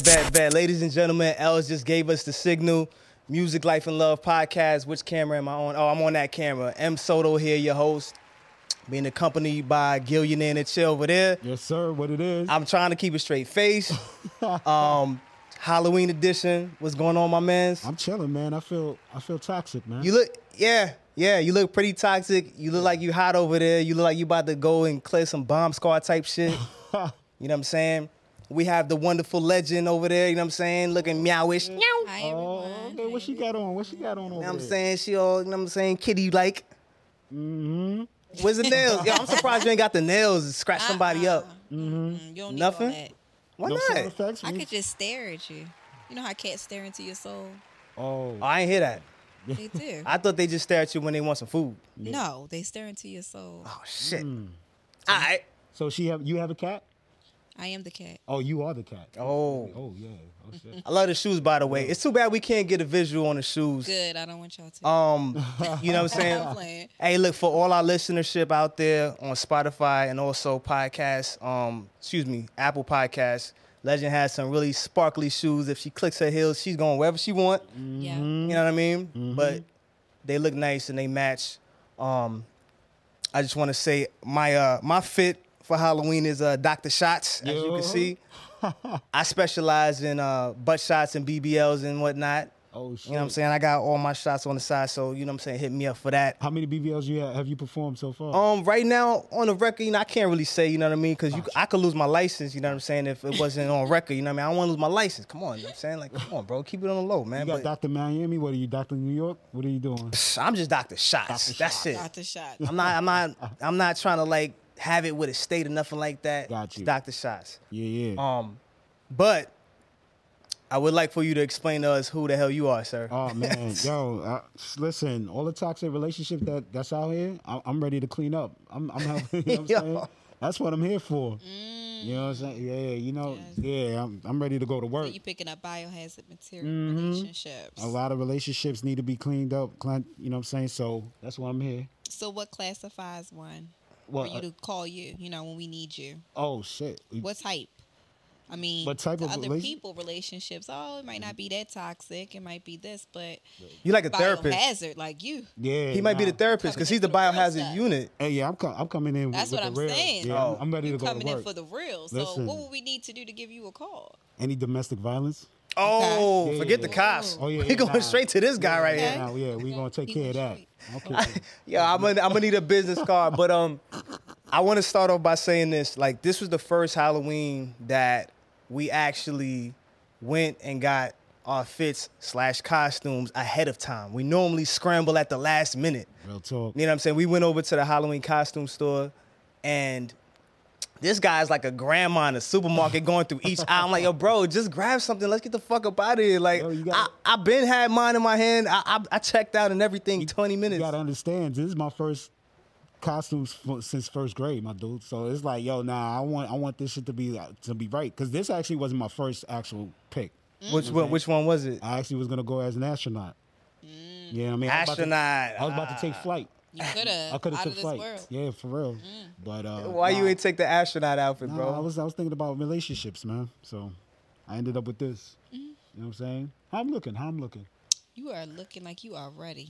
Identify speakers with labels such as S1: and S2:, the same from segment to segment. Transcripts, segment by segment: S1: Bet, bet. Ladies and gentlemen, Els just gave us the signal. Music, Life, and Love podcast. Which camera am I on? Oh, I'm on that camera. M. Soto here, your host, being accompanied by Gillionaire and the Chill over there.
S2: Yes, sir. What it is?
S1: I'm trying to keep a straight face. um, Halloween edition. What's going on, my mans?
S2: I'm chilling, man. I feel I feel toxic, man.
S1: You look, yeah, yeah. You look pretty toxic. You look like you hot over there. You look like you about to go and clear some bomb squad type shit. you
S2: Oh,
S1: know what I'm saying? We have the wonderful legend over there. You know what I'm saying? Looking meowish. You know
S3: Hi
S2: oh,
S3: everyone.
S2: okay. What she got on? What she got on over
S1: what I'm
S2: there?
S1: saying? She all. You know what I'm saying? Kitty like. Mm-hmm. Where's the nails? Yo, I'm surprised you ain't got the nails to scratch somebody up.
S3: Mm, You don't need
S1: Nothing?
S3: all that.
S1: Why
S2: No side
S1: not?
S2: effects.
S3: I
S2: We-
S3: could just stare at you. You know how cats stare into your soul?
S2: oh,
S1: I ain't hear that.
S3: They do.
S1: I thought they just stare at you when they want some food.
S3: no, they stare into your soul.
S1: Oh shit. All right.
S2: so she have you have a cat?
S3: I am the cat.
S2: Oh, you are the cat.
S1: Oh.
S2: Oh yeah. Oh shit.
S1: I love the shoes, by the way. It's too bad we can't get a visual on the shoes.
S3: Good. I don't want y'all to.
S1: Um, you know what I'm
S3: I'm
S1: saying?
S3: playing.
S1: hey, look for all our listenership out there on Spotify and also podcasts. Um, excuse me, Apple Podcasts. Legend has some really sparkly shoes. If she clicks her heels, she's going wherever she want.
S3: Yeah.
S1: You know what I mean? But they look nice and they match. Um, I just want to say my uh my fit for Halloween is uh Dr. Shots, as you
S2: Yo.
S1: can see. I specialize in uh butt shots and BBLs and whatnot.
S2: Oh shit.
S1: You know what I'm saying? I got all my shots on the side, so you know what I'm saying, hit me up for that.
S2: How many BBLs you have, have you performed so far?
S1: Um, right now on the record, you know, I can't really say, you know what I mean,
S2: Oh,
S1: because you, I could lose my license, you know what I'm saying, if it wasn't on record, you know what I mean. I don't want to lose my license. Come on, you know what I'm saying, like, come on, bro, keep it on the low, man.
S2: you got
S1: But
S2: Doctor Miami. What are you, Doctor New York? What are you doing?
S1: psh, I'm just Doctor Shots. That's it.
S3: Got the shot.
S1: I'm not, I'm not, I'm not trying to like have it with a state or nothing like that.
S2: Got you.
S1: Doctor Shots.
S2: Yeah, yeah.
S1: Um, but I would like for you to explain to us who the hell you are, sir.
S2: Oh man, yo, I, listen, all the toxic relationship that that's out here, I, I'm ready to clean up. I'm, I'm helping. You know what I'm
S1: Yo.
S2: saying? That's what I'm here for.
S3: Mm.
S2: You know what I'm saying? Yeah, you know, yeah, I'm, I'm ready to go to work.
S3: You picking up biohazard material relationships.
S2: A lot of relationships need to be cleaned up. Clean, you know what I'm saying? So that's why I'm here.
S3: So what classifies one?
S2: What?
S3: For you to call you, you know, when we need you.
S2: Oh shit.
S3: What type? I mean,
S2: What type
S3: to
S2: of
S3: other
S2: relation-
S3: people relationships. Oh, it might not be that toxic. It might be this, but
S1: You like a therapist.
S3: biohazard, like you.
S2: Yeah.
S1: He might be the
S2: nah.
S1: therapist because he's the biohazard
S3: Stuff.
S1: unit.
S2: Hey, yeah, I'm com- I'm coming in. with-
S3: That's
S2: with
S3: what
S2: the
S3: I'm
S2: real.
S3: saying.
S2: Yeah, I'm-
S1: Oh.
S2: I'm ready to go
S3: coming
S2: to work.
S3: in for the real. So
S2: Listen.
S3: what would we need to do to give you a call?
S2: Any domestic violence?
S1: Oh,
S2: Yeah,
S1: forget
S2: yeah,
S1: the
S2: yeah.
S1: cops.
S2: Oh, yeah,
S1: we
S2: yeah,
S1: going
S2: nah.
S1: straight to this guy right
S3: Okay.
S1: here.
S2: Yeah, yeah, we gonna take care of that. Okay.
S1: Yeah, I'm gonna, I'm gonna need a business card. But um, I want to start off by saying this. Like, this was the first Halloween that we actually went and got our fits slash costumes ahead of time. We normally scramble at the last minute.
S2: Real talk.
S1: You know what I'm saying? We went over to the Halloween costume store and this guy's like a grandma in a supermarket going through each aisle. I'm like, yo, bro, just grab something. Let's get the fuck up out of here. Like,
S2: Yo, you gotta-
S1: I, I been had mine in my hand. I, I, I checked out and everything 20 minutes.
S2: You gotta understand, this is my first costumes f- since first grade, my dude. So it's like, yo, nah, I want, I want this shit to be to be right, because this actually wasn't my first actual pick.
S1: Which one, which one was it?
S2: I actually was gonna go as an astronaut.
S3: Mm.
S2: Yeah, I mean, I was about to-
S1: Astronaut.
S2: I was about to take flight.
S3: You could have
S2: I could have
S3: out
S2: took
S3: of this
S2: flight.
S3: world. Mm.
S2: Yeah, for real. But uh,
S1: Why you
S2: nah,
S1: ain't take the astronaut outfit,
S2: nah,
S1: bro?
S2: I was, I was thinking about relationships, man. So I ended up with this.
S3: Mm.
S2: You know what I'm saying? How I'm looking? How I'm looking?
S3: You are looking like you are ready.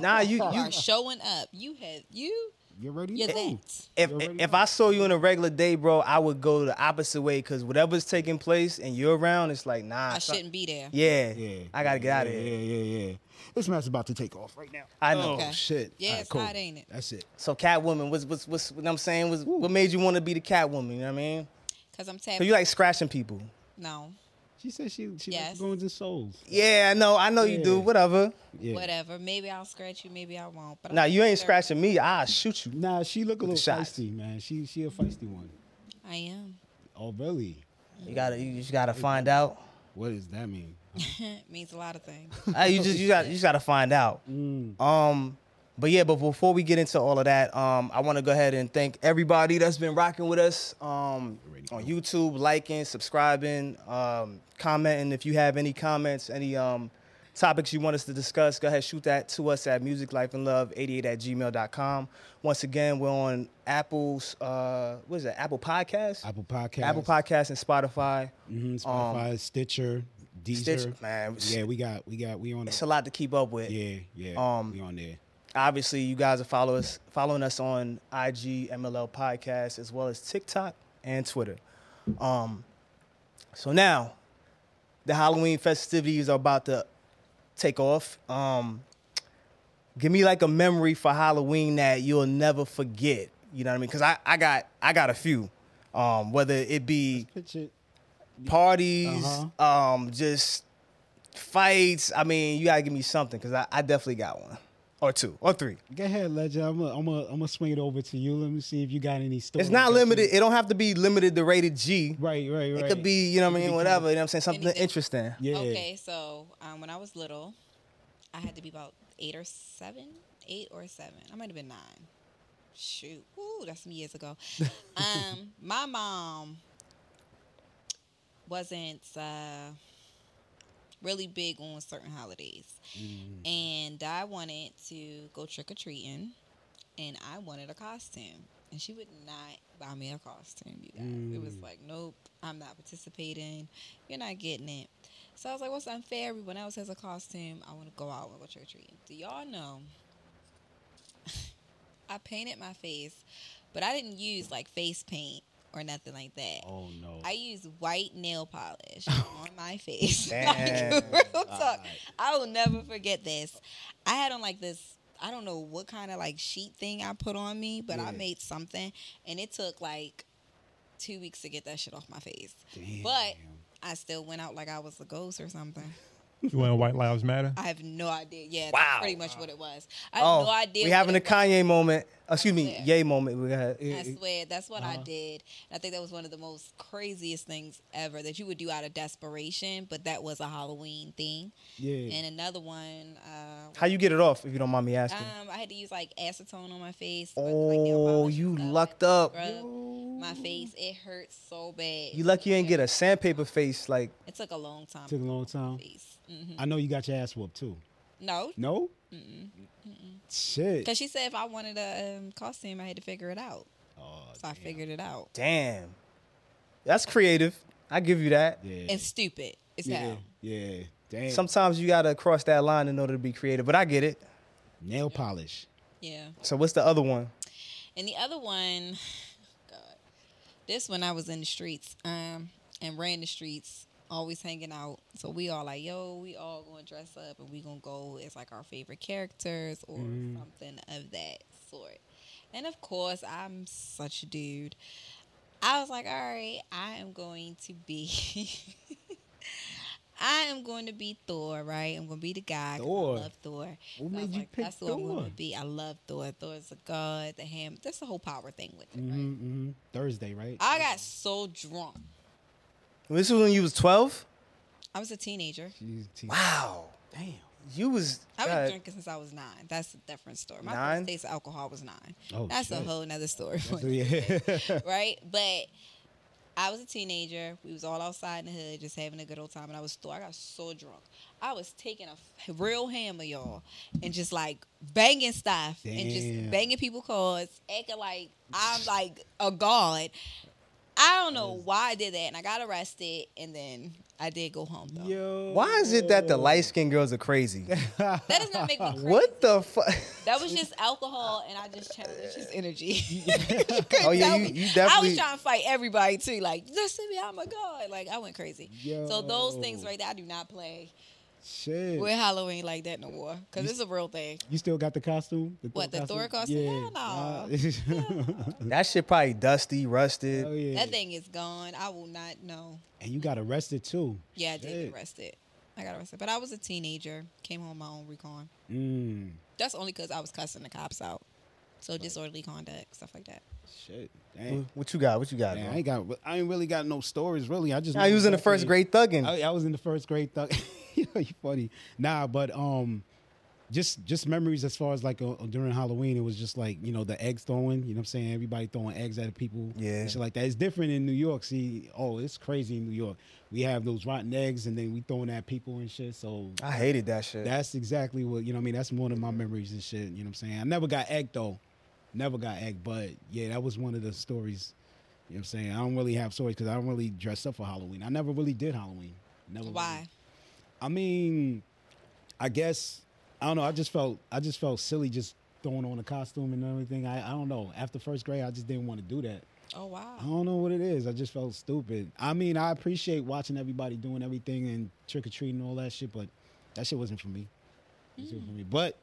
S1: nah, you,
S3: You
S1: you
S3: are showing up. You have you.
S2: You ready?
S3: You're
S2: Ooh.
S3: that.
S1: if
S2: You already
S1: if
S2: know.
S1: I saw you in a regular day, bro, I would go the opposite way because whatever's taking place and you're around, it's like, nah.
S3: I
S1: son-
S3: shouldn't be there.
S1: Yeah,
S2: Yeah,
S1: I gotta get
S2: yeah,
S1: out of here.
S2: Yeah, yeah, yeah. This match about to take off right now.
S1: I know.
S3: Okay.
S2: Shit.
S3: Yeah,
S2: Alright,
S3: it's hot, ain't it?
S2: That's it.
S1: So Catwoman was was was what I'm saying was what made you want to be the Catwoman? You know what I mean?
S3: Cause I'm
S1: So
S3: tapping.
S1: you like scratching people?
S3: no,
S2: She said she she
S3: Yes.
S2: yes. going to souls.
S1: Yeah, I know, I know you do.
S2: Yeah.
S1: Whatever.
S2: Yeah.
S3: whatever. Maybe I'll scratch you. Maybe I won't. But I'm
S1: Now you ain't
S3: sure.
S1: scratching me. I shoot you.
S2: Nah, she look a little
S1: shots.
S2: feisty, man. She she a feisty one.
S3: I am.
S2: Oh really?
S1: You gotta you just gotta find out.
S2: What does that mean?
S3: It means a lot of things.
S1: Uh, you just you got you just gotta find out. Um, but yeah, but before we get into all of that, um, I want to go ahead and thank everybody that's been rocking with us um, on YouTube, liking, subscribing, um, commenting. If you have any comments, any um, topics you want us to discuss, go ahead, shoot that to us at musiclifeandlove88 at gmail.com. Once again, we're on Apple's, uh, what is it, Apple Podcasts?
S2: Apple Podcast,
S1: Apple Podcasts and Spotify.
S2: Mhm, Spotify, Stitcher, Deezer.
S1: Stitch, man, it's,
S2: Yeah, we got, we got, we on.
S1: it's a lot to keep up with.
S2: Yeah, yeah,
S1: Um,
S2: we on there.
S1: Obviously, you guys are follow us, following us on IG, MLL Podcast, as well as TikTok and Twitter. Um, so now, the Halloween festivities are about to take off. Um, give me like a memory for Halloween that you'll never forget. You know what I mean? Because I, I got I got a few. Um, whether it be
S2: Picture.
S1: parties,
S2: Uh-huh.
S1: um, just fights. I mean, you gotta give me something because I, I definitely got one or two or three.
S2: Go ahead, Ledger. I'm gonna, I'm gonna, I'm gonna swing it over to you. Let me see if you got any stories.
S1: It's not
S2: that you-
S1: limited. It don't have to be limited to rated G.
S2: Right, right, right.
S1: It could be, you know what I mean, whatever. You know what I'm saying? Something
S3: Anything.
S1: interesting.
S2: Yeah.
S3: Okay, so um, when I was little, I had to be about eight or seven, eight or seven. I might have been nine. Shoot, woo, that's some years ago. um, my mom wasn't uh, really big on certain holidays, and I wanted to go trick or treating, and I wanted a costume. And she would not buy me a costume, you guys. It was like, nope, I'm not participating. You're not getting it. So I was like, what's unfair? Everyone else has a costume. I want to go out and go trick or treating. Do y'all know? I painted my face, but I didn't use like face paint or nothing like that.
S2: Oh no.
S3: I used white nail polish on my face.
S1: Damn.
S3: like, real talk. I will never forget this. I had on like this. I don't know what kind of like sheet thing I put on me, but
S2: Yeah.
S3: I made something, and it took like two weeks to get that shit off my face.
S2: Damn.
S3: But I still went out like I was a ghost or something.
S4: You want White Lives Matter?
S3: I have no idea. Yeah,
S1: Wow.
S3: that's pretty much what it was. I have
S1: Oh,
S3: no idea.
S1: we
S3: what
S1: having a
S3: it
S1: Kanye moment. Uh, Excuse me,
S3: What's that?
S1: yay moment. We got. eh,
S3: I swear, that's what
S1: uh-huh.
S3: I did. And I think that was one of the most craziest things ever that you would do out of desperation, but that was a Halloween thing.
S2: yeah.
S3: And another one, uh,
S1: How you get it off if you don't mind me asking?
S3: um, I had to use like acetone on my face. like- like nail
S1: oh,
S3: polish
S1: you
S3: and stuff,
S1: lucked up.
S3: and Rub my face. It hurt so bad.
S1: You lucky you ain't get a sandpaper face. Like
S3: It took a long time.
S2: Took a long time.
S3: Face. Mhm.
S2: I know you got your ass whooped too.
S3: No,
S2: No. Shit.
S3: because she said if I wanted a um, costume, I had to figure it out.
S2: Oh,
S3: So I figured it out.
S1: damn, that's creative. I give you that.
S2: yeah.
S3: It's stupid. It's
S2: yeah.
S3: hell.
S2: Yeah. Damn.
S1: Sometimes you gotta cross that line in order to be creative. But I get it.
S2: Nail polish.
S3: Yeah.
S1: So what's the other one?
S3: And the other one, God, this one I was in the streets um, and ran the streets, always hanging out. So we all like, yo, we all going to dress up and we going to go as like our favorite characters or
S2: Mm-hmm.
S3: something of that sort. And of course, I'm such a dude. I was like, all right, I am going to be. I am going to be Thor, right? I'm going to be the guy. 'cause
S2: Thor.
S3: I love Thor.
S2: What
S3: So I
S2: made
S3: was
S2: you
S3: like,
S2: pick
S3: that's who I'm
S2: Thor?
S3: gonna be. I love Thor. Thor's a god, the ham. That's the whole power thing with it.
S2: hmm
S3: right?
S2: hmm Thursday, right?
S3: I got so drunk.
S1: This was when you was twelve.
S3: I was a teenager.
S2: Jeez, T-
S1: Wow,
S2: Damn.
S1: you was. uh,
S3: I've been
S1: God.
S3: drinking since I was nine. That's a different story. My
S1: Nine?
S3: first taste of alcohol was nine.
S2: Oh,
S3: That's a
S2: shit.
S3: whole nother story.
S2: So, yeah.
S3: right? But I was a teenager. We was all outside in the hood, just having a good old time. And I was Thor. I got so drunk. I was taking a f- real hammer, y'all, and just like banging stuff and
S2: Damn.
S3: just banging people cars, acting like I'm like a god. I don't know why I did that, and I got arrested. And then I did go home though.
S2: Yo.
S1: Why is it that the light skinned girls are crazy?
S3: That does not make me crazy.
S1: what the fuck?
S3: That was just alcohol, and I just challenged his energy.
S1: Oh yeah,
S3: tell
S1: you,
S3: me.
S1: you
S3: I was
S1: definitely.
S3: trying to fight everybody too. Like, listen to me, I'm a god. Like, I went crazy. So those things
S2: Yo.
S3: right there, I do not play
S2: Shit.
S3: with Halloween like that no more, because it's a real thing.
S2: You still got the costume? The
S3: What, the Thor costume? Hell
S2: Yeah.
S1: That shit probably dusty, rusted.
S2: Hell yeah.
S3: That thing is gone. I will not know.
S2: And you got arrested too.
S3: Yeah, I did
S2: Shit.
S3: get arrested. I got arrested, but I was a teenager. Came home my own recon.
S2: Mm.
S3: That's only because I was cussing the cops out. So disorderly conduct, stuff like that.
S2: Shit. Dang.
S1: What you got? What you got?
S2: Man,
S1: man?
S2: I ain't got. I ain't really got no stories. Really, I just.
S1: Nah, you was in the first grade thugging.
S2: I, I was in the first grade. Thug. Yo, you funny. Nah, but um, just just memories as far as like uh, during Halloween, it was just like you know the eggs throwing. You know what I'm saying? Everybody throwing eggs at people.
S1: Yeah.
S2: and shit like that. It's different in New York. See, oh, it's crazy in New York. We have those rotten eggs, and then we throwing at people and shit. So
S1: I hated that shit.
S2: that's exactly what you know. what I mean, that's one of my memories and shit. You know what I'm saying? I never got egged though. Never got egged, but yeah, that was one of the stories. You know what I'm saying? I don't really have stories because I don't really dress up for Halloween. I never really did Halloween. Never. really.
S3: Why?
S2: I mean, I guess I don't know. I just felt I just felt silly just throwing on a costume and everything. I, I don't know. After first grade, I just didn't want to do that.
S3: Oh
S2: I
S3: wow.
S2: don't know what it is. I just felt stupid. I mean, I appreciate watching everybody doing everything and trick or treating and all that shit, but that shit wasn't for me. It wasn't for me. But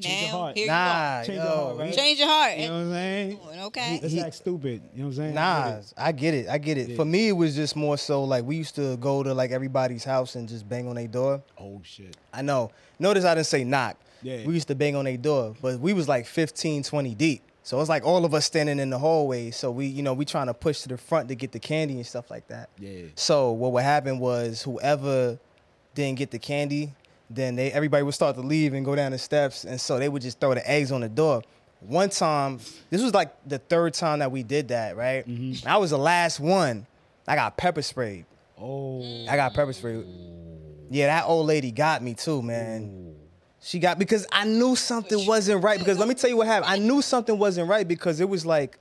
S2: change your
S3: Now
S2: heart.
S3: here
S1: nah,
S2: Change
S1: yo,
S2: the heart, right?
S3: you go. Change your heart.
S2: you know what I'm saying?
S3: okay.
S2: Let's act stupid. You know what I'm saying? I
S1: Nah,
S2: get
S1: I get it.
S2: it.
S1: I get it.
S2: Yeah.
S1: For me, it was just more so like we used to go to like everybody's house and just bang on their door.
S2: Oh shit.
S1: I know. Notice I didn't say knock.
S2: Yeah.
S1: We used to bang on their door, but we was like 15, 20 deep. So it's like all of us standing in the hallway. So we, you know, we trying to push to the front to get the candy and stuff like that.
S2: Yeah.
S1: So what would happen was whoever didn't get the candy, then they everybody would start to leave and go down the steps, and so they would just throw the eggs on the door. One time, this was like the third time that we did that, right?
S2: Mm-hmm.
S1: I was the last one. I got pepper sprayed.
S2: Oh.
S1: I got pepper sprayed. Yeah, that old lady got me too, man. She got because I knew something wasn't right. Because let me tell you what happened. I knew something wasn't right because it was like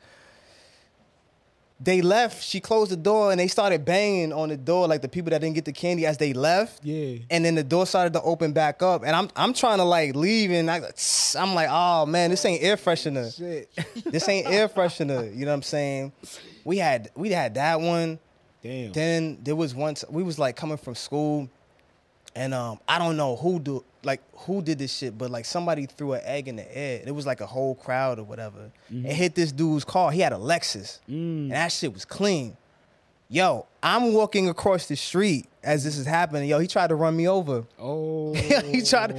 S1: they left. She closed the door and they started banging on the door like the people that didn't get the candy as they left.
S2: Yeah.
S1: And then the door started to open back up, and I'm I'm trying to like leave, and I, I'm like, oh man, this ain't air freshener
S2: Shit.
S1: this ain't air freshener. You know what I'm saying? We had we had that one.
S2: Damn.
S1: Then there was once we was like coming from school, and um I don't know who do like who did this shit, but like somebody threw an egg in the air. and It was like a whole crowd or whatever. It hit this dude's car. He had a Lexus, and that shit was clean. Yo, I'm walking across the street as this is happening. Yo, he tried to run me over.
S2: Oh.
S1: He tried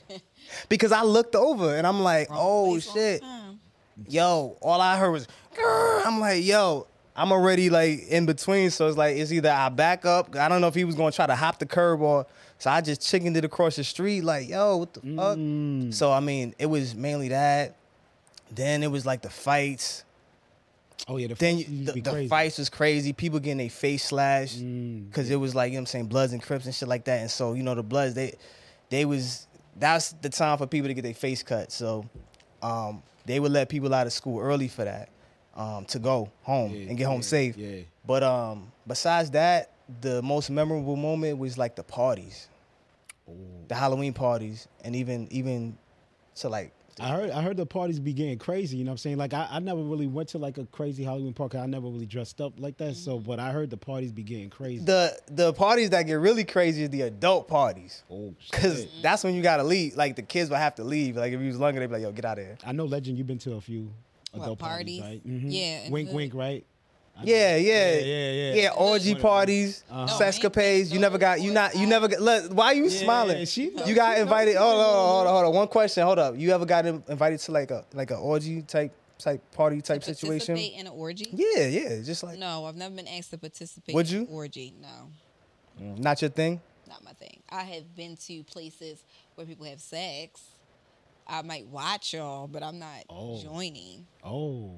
S1: because I looked over and I'm like, oh
S3: Please, long
S1: shit.
S3: time.
S1: yo, all I heard was, "Grr." I'm like, yo, I'm already like in between. So it's like, it's either I back up. I don't know if he was gonna try to hop the curb or, so I just chickened it across the street, like, yo, what the fuck? So, I mean, it was mainly that. Then it was like the fights.
S2: Oh yeah. The
S1: Then
S2: fights used
S1: you,
S2: to
S1: the,
S2: be
S1: the
S2: crazy. Mm.
S1: fights was crazy. People getting their face slashed because it was like you know what I'm saying Bloods and Crips and shit like that. And so you know the Bloods they they was that's the time for people to get their face cut. So um, they would let people out of school early for that um, to go home
S2: Yeah,
S1: and get home
S2: yeah,
S1: safe.
S2: yeah.
S1: But um, besides that, the most memorable moment was like the parties, the Halloween parties, and even even to like
S2: I heard I heard the parties be getting crazy, you know what I'm saying? Like I, I never really went to like a crazy Halloween party. I never really dressed up like that. So but I heard the parties be getting crazy.
S1: the the parties that get really crazy is the adult parties.
S2: oh shit.
S1: Cause that's when you gotta leave. Like the kids will have to leave. Like if you was longer, they'd be like, "Yo, get out of here."
S2: I know legend you've been to a few
S3: What,
S2: adult parties,
S3: parties?
S2: right? Mhm.
S3: Yeah, in
S2: Wink
S3: hood.
S2: wink, right? I know.
S1: Yeah, yeah,
S2: Yeah, yeah, yeah.
S1: orgy parties,
S3: No,
S1: sescapades.
S3: ain't
S1: You never got. You not. You never. Got, look, why you
S2: Uh-huh. Yeah,
S1: smiling?
S2: she know-
S1: you got
S2: she know
S1: invited.
S2: what's
S1: Hold on,
S2: going on.
S1: hold on, hold on. One question. Hold up. You ever got in- invited to like a like an orgy type type party type situation?
S3: Participate in an orgy?
S1: Yeah, yeah. Just like
S3: No, I've never been asked to participate.
S1: Would
S3: in
S1: you?
S3: an orgy? No,
S1: not your thing.
S3: not my thing. I have been to places where people have sex. I might watch y'all, but I'm not
S2: Oh.
S3: joining.
S2: Oh.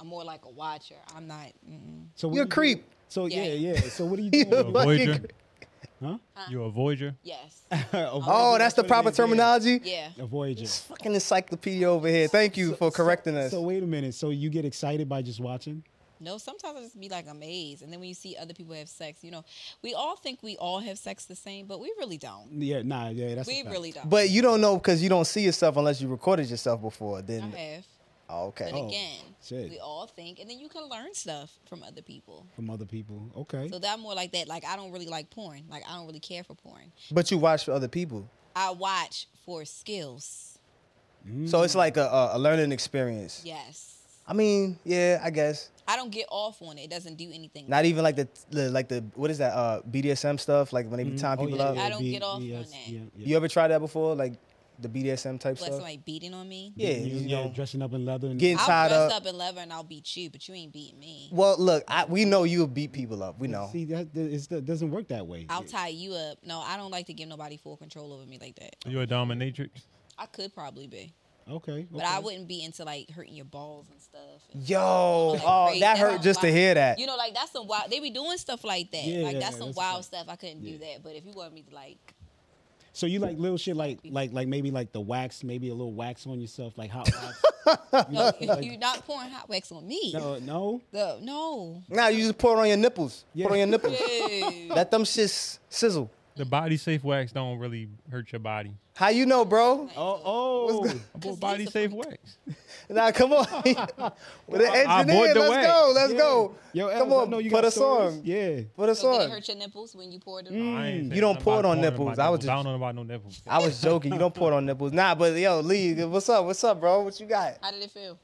S3: I'm more like a watcher. I'm not. Mm-mm.
S2: So what
S1: You're a
S2: do you
S1: creep.
S2: do- So yeah.
S3: Yeah.
S2: yeah, So what are you
S1: You a
S2: doing?
S4: You're a
S1: fucking
S4: voyager.
S1: creep.
S2: huh?
S4: You're a voyager.
S3: Yes.
S1: Oh, that's the proper terminology.
S3: yeah.
S2: A voyager.
S1: It's fucking encyclopedia over here. Thank you for correcting us.
S2: So wait a minute. So you get excited by just watching?
S3: No, sometimes I just be like amazed. And then when you see other people have sex, you know, we all think we all have sex the same, but we really
S1: Mm,
S3: don't.
S2: Yeah, nah, yeah, that's a
S3: We
S2: fact.
S3: really don't.
S1: But you don't know because you don't see yourself unless you recorded yourself before.
S3: I
S1: Then
S3: have.
S1: oh, okay.
S3: But again,
S2: shit.
S3: we all think, and then you can learn stuff from other people.
S2: from other people. Okay.
S3: So that more like that. Like I don't really like porn. Like I don't really care for porn.
S1: But you watch for other people,
S3: I watch for skills.
S1: so
S3: Mm-hmm.
S1: it's like a, a, a learning experience.
S3: Yes.
S1: I mean, yeah, I guess
S3: I don't get off on it. It doesn't do anything.
S1: not even like the, the like the what is that uh, BDSM stuff? Like when they be tying people
S2: Mm-hmm. Oh, yeah,
S1: up.
S3: I don't
S2: B-
S3: get off on
S2: yes,
S3: that.
S2: yeah, yeah.
S1: You ever tried that before? Like the BDSM type
S3: What
S1: stuff.
S3: somebody beating on me?
S1: yeah,
S2: you,
S1: you,
S2: you
S1: know,
S2: dressing up in leather and
S1: getting
S3: I'll
S1: tied
S3: dress
S1: up.
S3: up. in leather and I'll beat you, but you ain't beat me.
S1: Well, look, I, we know you'll beat people up. We know.
S2: See, that that- it's, that doesn't work that way.
S3: I'll tie you up. No, I don't like to give nobody full control over me like that.
S4: Are you a dominatrix?
S3: I could probably be,
S2: okay,
S3: but
S2: okay.
S3: I wouldn't be into like hurting your balls and stuff. And,
S1: Yo,
S3: like,
S1: oh,
S3: crazy.
S1: that
S3: That's
S1: hurt
S3: some
S1: just to
S3: wild-
S1: hear that.
S3: You know, like that's some wild. They be doing stuff like that.
S2: Yeah,
S3: like
S2: yeah,
S3: that's
S2: yeah,
S3: some
S2: that's
S3: wild
S2: a
S3: stuff. I couldn't
S2: Yeah.
S3: do that. But if you want me to like,
S2: So you like little shit like like like maybe like the wax, maybe a little wax on yourself, like hot wax. You
S3: no,
S2: like-
S3: you-
S2: like-
S3: you're not pouring hot wax on me.
S2: no, no.
S3: The- no.
S1: Now you just pour it on your nipples. Pour it on your nipples.
S3: Dude.
S1: Let them shits sizzle.
S4: The body safe wax don't really hurt your body.
S1: How you know, bro?
S2: Oh, oh.
S4: I
S3: Cause
S4: bought body
S3: these are
S4: safe
S3: fucking-
S4: wax.
S1: Mm. Now come on. With the
S4: I- I
S1: engineer,
S4: bought the
S1: let's
S4: way.
S1: go. Let's
S2: Yeah.
S1: go.
S2: Yo,
S1: come
S2: Els, I
S1: on,
S2: know you
S1: put
S2: got
S1: a
S2: stories.
S1: song.
S2: Yeah.
S1: Put a
S3: So did it
S1: song.
S3: hurt your nipples when you poured it
S2: Mm.
S3: on?
S4: I ain't saying
S1: You don't
S4: nothing
S1: pour it
S4: about
S1: on
S4: pouring
S1: nipples.
S4: my
S1: I was
S4: nipples. I
S1: just-
S4: don't know about no nipples.
S1: I was joking. You don't pour it on nipples. Nah, but yo, Lee, what's up? What's up, bro? What you got?
S3: How did it feel?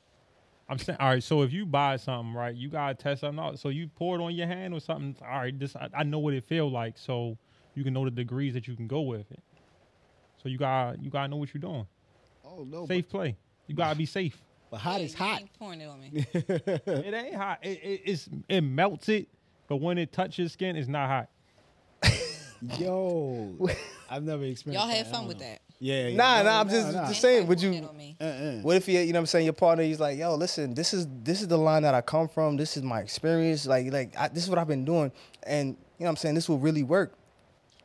S4: I'm saying, all right. So if you buy something, right, you gotta test something out. So you pour it on your hand or something. All right, this I, I know what it feel like, so you can know the degrees that you can go with it. So you gotta you gotta know what you're doing.
S2: Oh no.
S4: Safe play. You gotta be safe.
S2: But, but hot
S3: Yeah,
S2: is
S3: you
S2: hot.
S3: ain't Pouring it on me.
S4: It ain't hot. It, it, it's it melts it, but when it touches skin, it's not hot.
S2: Yo. I've never experienced
S3: Y'all had
S2: that. I
S3: fun
S2: don't
S3: with
S2: know.
S3: that.
S2: Yeah, yeah.
S1: Nah,
S2: No,
S1: nah, I'm just-
S2: nah.
S1: just saying, would
S3: Pouring
S1: you-
S3: it on me.
S2: Uh-uh.
S1: What if you, you know what I'm saying, your partner, he's like, yo, listen, this is this is the line that I come from. This is my experience. Like, like I, this is what I've been doing. And you know what I'm saying, this will really work.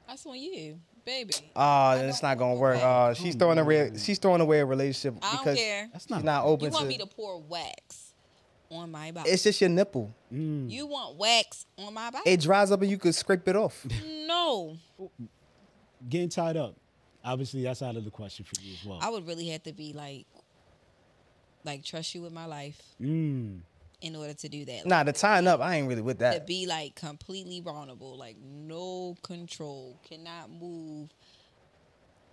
S3: That's on you, baby.
S1: Ah,
S3: I
S1: then it's
S3: don't
S1: not gonna
S3: want
S1: work.
S3: that.
S1: Uh, she's
S2: Come
S1: throwing away
S2: on.
S1: she's throwing away a relationship
S3: I don't
S1: because
S3: care.
S2: That's
S1: she's
S2: not
S1: not
S2: cool.
S1: open
S3: You want
S1: to,
S3: me to pour wax on my body?
S1: it's just your nipple.
S2: Mm.
S3: you want wax on my body?
S1: It dries up and you could scrape it off.
S3: no,
S2: Getting tied up. Obviously, that's out of the question for you as well.
S3: I would really have to be like, like trust you with my life
S2: mm.
S3: in order to do that.
S1: nah, the tying up, I ain't really with
S3: to
S1: that.
S3: be like completely vulnerable, like no control, cannot move.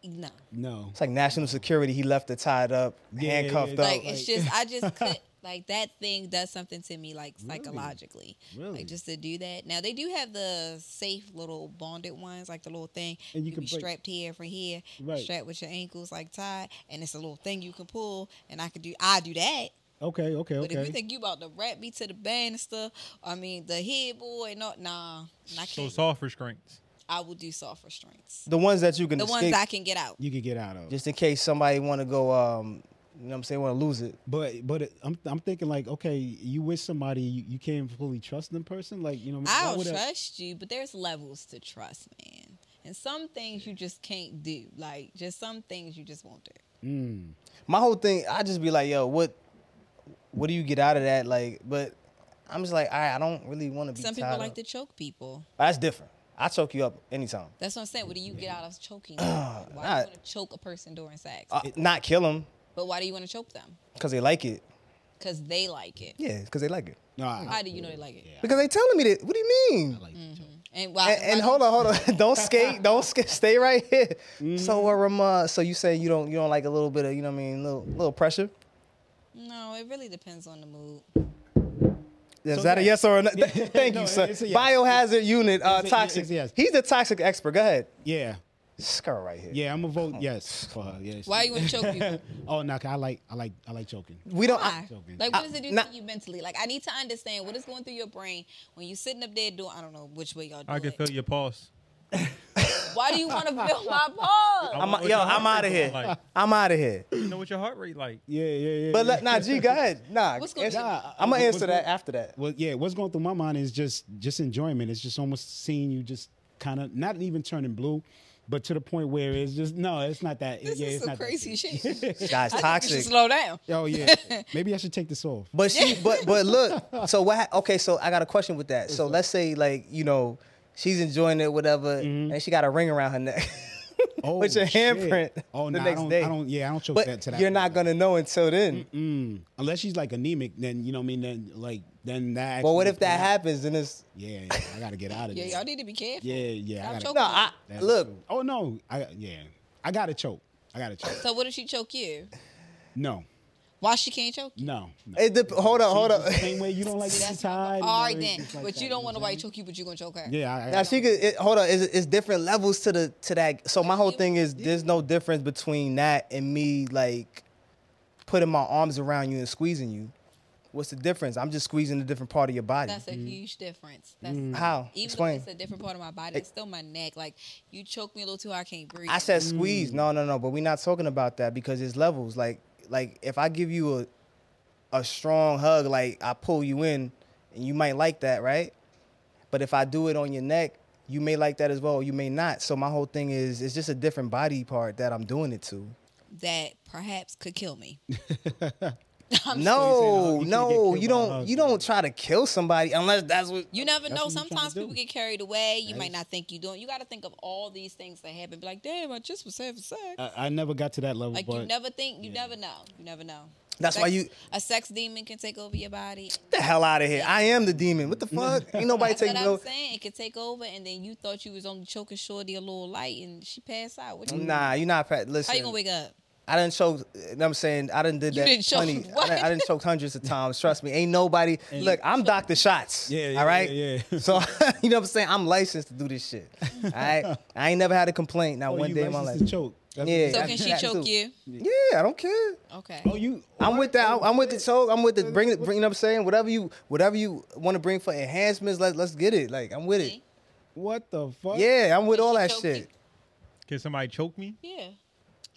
S3: No,
S2: No.
S1: It's like national security. He left the tied up,
S2: Yeah,
S1: handcuffed
S2: yeah,
S1: up.
S3: like it's
S2: like-
S3: just I just could like that thing does something to me like psychologically.
S2: Really?
S3: Like just to do that. Now they do have the safe little bonded ones, like the little thing.
S2: And you can
S3: be
S2: break-
S3: strapped here for here,
S2: Right.
S3: strapped with your ankles like tied, and it's a little thing you can pull. And I could do I do that.
S2: Okay, okay,
S3: But if
S2: okay.
S3: you think you about to wrap me to the banister, I mean the head boy, and all, nah, and I
S4: So
S3: can't.
S4: soft restraints.
S3: I will do soft restraints.
S1: the ones that you can
S3: The
S1: escape,
S3: ones I can get out.
S2: you could get out of.
S1: just in case somebody want to go. Um, you know what I'm saying, want to lose it.
S2: But but it, I'm I'm thinking like okay, you with somebody you, you can't fully trust them person like you know. why
S3: I'll
S2: would a-
S3: trust you, but there's levels to trust, man. And some things you just can't do. Like just some things you just won't do.
S2: Mm,
S1: My whole thing, I just be like, yo, what, what do you get out of that? Like, but I'm just like, all right, I don't really want to be.
S3: Some
S1: tied
S3: people
S1: up.
S3: like to choke people.
S1: That's different. I choke you up anytime.
S3: That's what I'm saying. What do you get out of choking? them? why do
S1: Ah, I-
S3: you want to choke a person during sex?
S1: Uh, not kill them
S3: but why do you want to choke them?
S1: because they like it.
S3: Because they like it.
S1: Yeah, because they like it.
S2: no, I,
S3: How do you know they like Mm-hmm. it?
S2: Yeah,
S1: Because they telling me that. What do you mean?
S2: I like
S3: And why?
S1: and, and
S3: why
S1: hold
S3: do-
S1: on, hold on. don't skate. Don't skate. Stay right here.
S2: Mm-hmm.
S1: So, uh, Rama, so you saying you don't you don't like a little bit of you know what I mean, little little pressure?
S3: No, it really depends on the mood.
S1: Is
S2: So
S1: that a
S2: yeah.
S1: yes or a no? Th- Thank
S2: No,
S1: you, sir.
S2: it's a yes.
S1: Biohazard unit, uh,
S2: It's a-
S1: toxic.
S2: it's a yes.
S1: He's the toxic expert. Go ahead.
S2: yeah,
S1: This girl right here.
S2: yeah. I'm gonna vote yes for her. Yes.
S3: Why you want to choke people?
S2: Oh no, 'cause I like I like I like choking.
S1: We don't.
S3: Why?
S1: I,
S2: Joking.
S3: Like, what does it do
S1: Uh, nah.
S3: to you mentally? Like, I need to understand what is going through your brain when you sitting up there doing. I don't know which way y'all do
S4: I can
S3: it.
S4: feel your pulse.
S3: Why do you want to feel my pulse?
S4: I
S1: I'm,
S4: want what
S1: yo,
S4: your heart
S1: I'm out of
S4: rate
S1: here.
S4: like.
S1: I'm out of here.
S4: You know what your heart rate like?
S2: Yeah, yeah, yeah.
S1: But
S2: yeah.
S1: let, nah, G, go ahead. Nah,
S3: What's going-
S2: Nah,
S1: I'm gonna
S2: I-
S1: answer
S2: what's
S1: that
S2: going-
S1: after that.
S2: Well, yeah, what's going through my mind is just just enjoyment. It's just almost seeing you just kind of not even turning blue, but to the point where it's just no, it's not that.
S3: This
S2: yeah,
S3: is
S2: it's
S3: some
S2: not that
S3: crazy
S2: serious.
S3: shit.
S1: Guys,
S3: You
S1: toxic.
S3: should slow down.
S2: Oh yeah, maybe I should take this off.
S1: But she, but but look. So what? ha- Okay, so I got a question with that. So let's say like you know she's enjoying it, whatever,
S2: Mm-hmm.
S1: and she got a ring around her neck
S2: Oh,
S1: with your
S2: shit.
S1: handprint.
S2: Oh
S1: the
S2: no, I
S1: next
S2: don't,
S1: day.
S2: I don't. Yeah, I don't choke
S1: but
S2: that to that.
S1: you're not
S2: point.
S1: gonna know until then.
S2: Mm. Unless she's like anemic, then you know what I mean. Then like then that.
S1: But what
S2: actually-
S1: if that happens and it's
S2: Yeah, yeah, I gotta get out of
S3: Yeah,
S2: this.
S3: y'all need to be careful.
S2: Yeah, yeah. I
S3: Stop
S2: gotta,
S1: no? I
S2: that's
S1: look.
S2: true. Oh no, I yeah, I gotta choke. I gotta choke.
S3: So what if she choke you?
S2: No,
S3: Why she can't choke you?
S2: No. no.
S1: It dep- hold up,
S2: She
S1: hold
S2: was the
S1: up.
S2: Same way you don't like to be
S3: That's my-
S2: tied. and
S3: all right
S2: everything
S3: then,
S2: like
S3: but
S2: that,
S3: you
S2: know
S3: don't
S2: what
S3: want
S2: I'm
S3: nobody
S2: saying?
S3: choke you, but you gonna choke her.
S2: Yeah, I, I,
S1: Now she could it, hold on. It's, it's different levels to the to that. So my whole thing is there's no difference between that and me like putting my arms around you and squeezing you. What's the difference? I'm just squeezing a different part of your body.
S3: That's a
S2: Mm-hmm.
S3: huge difference. That's
S1: How?
S3: Even
S1: Explain.
S3: if it's a different part of my body, it's still my neck. Like you choke me a little too hard, I can't breathe.
S1: I said squeeze. No, no, no. But we're not talking about that because it's levels. Like like if I give you a a strong hug, like I pull you in, and you might like that, right? But if I do it on your neck, you may like that as well. or You may not. So my whole thing is it's just a different body part that I'm doing it to.
S3: that perhaps could kill me. I'm oh,
S1: No, no,
S2: You can't get killed
S1: you
S2: by a
S1: don't.
S2: hug.
S1: You don't try to kill somebody unless that's what.
S3: You never
S2: what
S3: know.
S2: you trying to
S3: Sometimes
S2: do.
S3: people get carried away. You might
S2: That's-
S3: not think you doing. You got to think of all these things that happen. Be like, damn, I just was having sex.
S2: I, I never got to that level.
S3: like
S2: but
S3: you never think. You never know. You never know.
S1: That's why
S3: Sex-
S1: you-
S3: A sex demon can take over your body.
S1: Get the hell out of here. I am the demon. What the fuck? Ain't nobody
S3: That's
S1: taking
S3: what I'm
S1: no.
S3: saying. It could take over, and then you thought you was only choking Shorty a little light, and she passed out. What you
S1: Nah, you're not. pra-
S3: How
S1: Listen,
S3: you gonna wake up?
S1: I didn't choke. You know what I'm saying I didn't did
S3: You
S1: that.
S3: didn't choke
S1: plenty.
S3: what?
S1: I, done, I done choked hundreds of times. Trust me. Ain't nobody. Look, I'm Doctor Shots.
S2: Yeah, yeah,
S1: All right.
S2: yeah, yeah.
S1: So you know what I'm saying. I'm licensed to do this shit. All right. I ain't never had a complaint. Not
S2: oh,
S1: one
S2: you
S1: day in my
S2: licensed
S1: life.
S2: to choke. That's
S1: Yeah.
S3: So
S1: I
S3: can
S1: do
S3: she
S1: that
S3: choke
S1: too.
S3: you?
S1: Yeah, I don't care.
S3: Okay.
S2: what- Oh, you.
S1: I'm
S2: oh,
S1: with that.
S2: oh,
S1: I'm with the
S2: shit.
S1: choke. I'm with the bring it. Bring, you know what I'm saying? Whatever you, whatever you want to bring for enhancements, let let's get it. Like I'm with it.
S2: What the fuck?
S1: Yeah, I'm with
S3: Did
S1: all
S3: she
S1: that
S3: choke
S1: shit.
S4: Can somebody choke me?
S3: Yeah.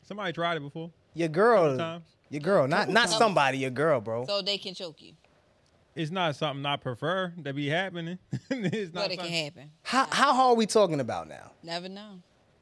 S4: Somebody tried it before.
S1: Your girl,
S4: times.
S1: your girl, not not
S3: times.
S1: somebody. Your girl, bro.
S3: So they can choke you,
S4: It's not something I prefer that be happening. it's not
S3: but it can
S4: something-
S3: happen.
S1: How how hard are we talking about now?
S3: Never know.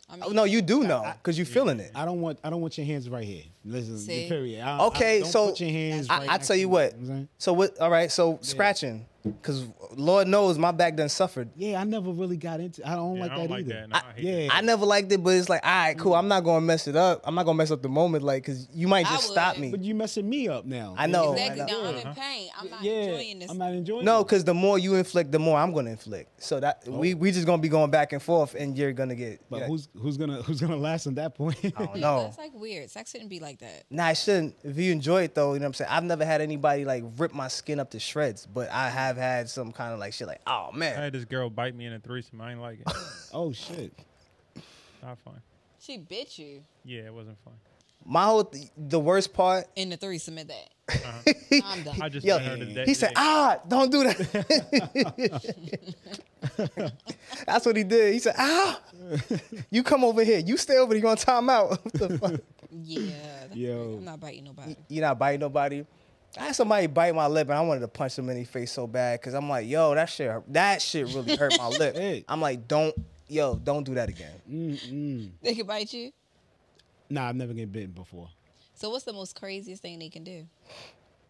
S3: I
S1: Oh,
S3: mean,
S1: No, you do know because you feeling it.
S2: I don't want. I don't want your hands right here. Listen.
S3: See?
S2: Period. I,
S1: Okay,
S2: I don't
S1: so
S2: put your hands right
S1: I, I
S2: next
S1: tell
S2: to
S1: you
S2: me,
S1: what.
S2: know I'm saying?
S1: So what? All right. So scratching, because Lord knows my back done suffered.
S2: Yeah, I never really got into. I don't
S4: Yeah,
S2: like
S4: I don't
S2: that
S4: like
S2: either.
S4: that. No, I, hate
S2: yeah.
S4: that.
S1: I never liked it, but it's like, all right, cool. I'm not gonna mess it up. I'm not gonna mess up the moment, like, cause you might
S3: I
S1: just stop
S3: would.
S1: me.
S2: But you messing me up now.
S1: I know.
S3: exactly.
S1: I know.
S3: No, I'm in pain. I'm not
S2: yeah,
S3: enjoying this.
S2: I'm not enjoying.
S1: No,
S2: it.
S1: because the more you inflict, the more I'm gonna inflict. So that we we just gonna be going back and forth, and you're gonna get.
S2: Oh. But
S1: yeah. Oh.
S2: who's who's gonna who's gonna last at that point?
S1: I don't
S3: Yeah,
S1: know.
S3: That's like weird. Sex shouldn't be like that.
S1: Nah, I shouldn't. If you enjoy it though, you know what I'm saying. I've never had anybody like rip my skin up to shreds, but I have had some kind of like shit, like, oh
S4: I
S1: man,
S4: had this girl bite me in a threesome. I ain't like it.
S2: oh shit.
S4: not fun.
S3: She bit you
S4: Yeah, it wasn't fun.
S1: my whole th- the worst part.
S3: in the threesome at that. I'm done.
S4: I just
S1: Yo,
S4: heard it that
S1: he said,
S4: day.
S1: ah, don't do that. That's what he did. He said, ah, you come over here. You stay over here. You on timeout? What the fuck?
S3: yeah. that's
S2: Yo.
S3: weird. I'm not biting nobody.
S1: you're not biting nobody. I had somebody bite my lip and I wanted to punch him in the face so bad because I'm like, yo, that shit, that shit really hurt my lip.
S2: Hey.
S1: I'm like, don't, yo, don't do that again.
S3: They could bite you.
S2: Nah, I've never been bitten before.
S3: So what's the most craziest thing they can do?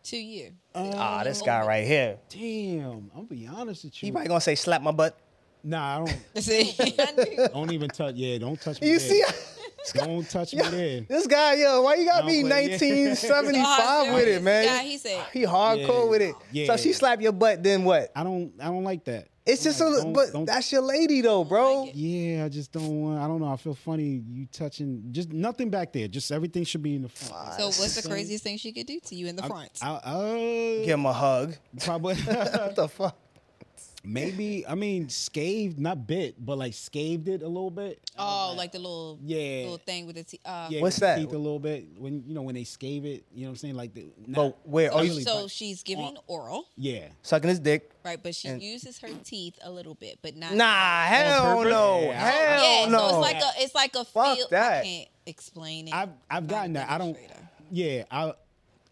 S3: To you.
S2: Uh,
S1: Ah, this guy right here.
S2: Damn, I'm gonna be honest with
S1: He
S2: you.
S1: probably gonna say slap my butt.
S2: Nah, I don't.
S3: See, I knew.
S2: Don't even touch. Yeah, don't touch me.
S1: You
S2: there.
S1: see,
S2: Don't touch me there.
S1: this guy, yo, why you gotta
S2: Don't
S1: be
S2: play.
S1: 1975
S3: Oh,
S1: with
S3: serious?
S1: it, man?
S3: Yeah, he said-
S1: he hardcore
S2: Yeah,
S1: with it. So
S2: yeah.
S1: she slap your butt, then what?
S2: I don't. I don't like that.
S1: It's
S2: I'm
S1: just
S2: like,
S1: a,
S2: don't-
S1: but
S2: don't-
S1: that's your lady though, bro.
S3: like it.
S2: Yeah, I just don't want. I don't know. I feel funny. You touching just nothing back there. Just everything should be in the front.
S3: So what's the craziest thing she could do to you in the front?
S2: I, uh,
S1: Give him a hug.
S2: probably.
S1: what the fuck?
S2: maybe. I mean, scathed, not bit, but like scathed it a little bit.
S3: oh, like the little
S2: Yeah.
S3: little thing with the teeth. Uh,
S2: Yeah,
S1: What's
S2: with the
S1: that?
S2: Teeth a little bit when you know when they scave it. You know what I'm saying? Like, the,
S1: But
S2: not-
S1: where
S3: So,
S1: are
S2: really
S1: you
S3: so
S2: bite.
S3: she's giving oral,
S2: yeah.
S1: sucking his dick?
S3: right? But she
S1: And-
S3: uses her teeth a little bit, but not.
S1: Nah, hell
S4: purpose?
S1: no,
S2: Yeah.
S1: hell
S3: Yeah,
S1: no.
S3: so it's like a it's like a
S1: Fuck
S3: feel.
S1: that.
S3: I can't explain it.
S2: I've I've gotten that. I don't.
S3: administrator.
S2: Yeah, I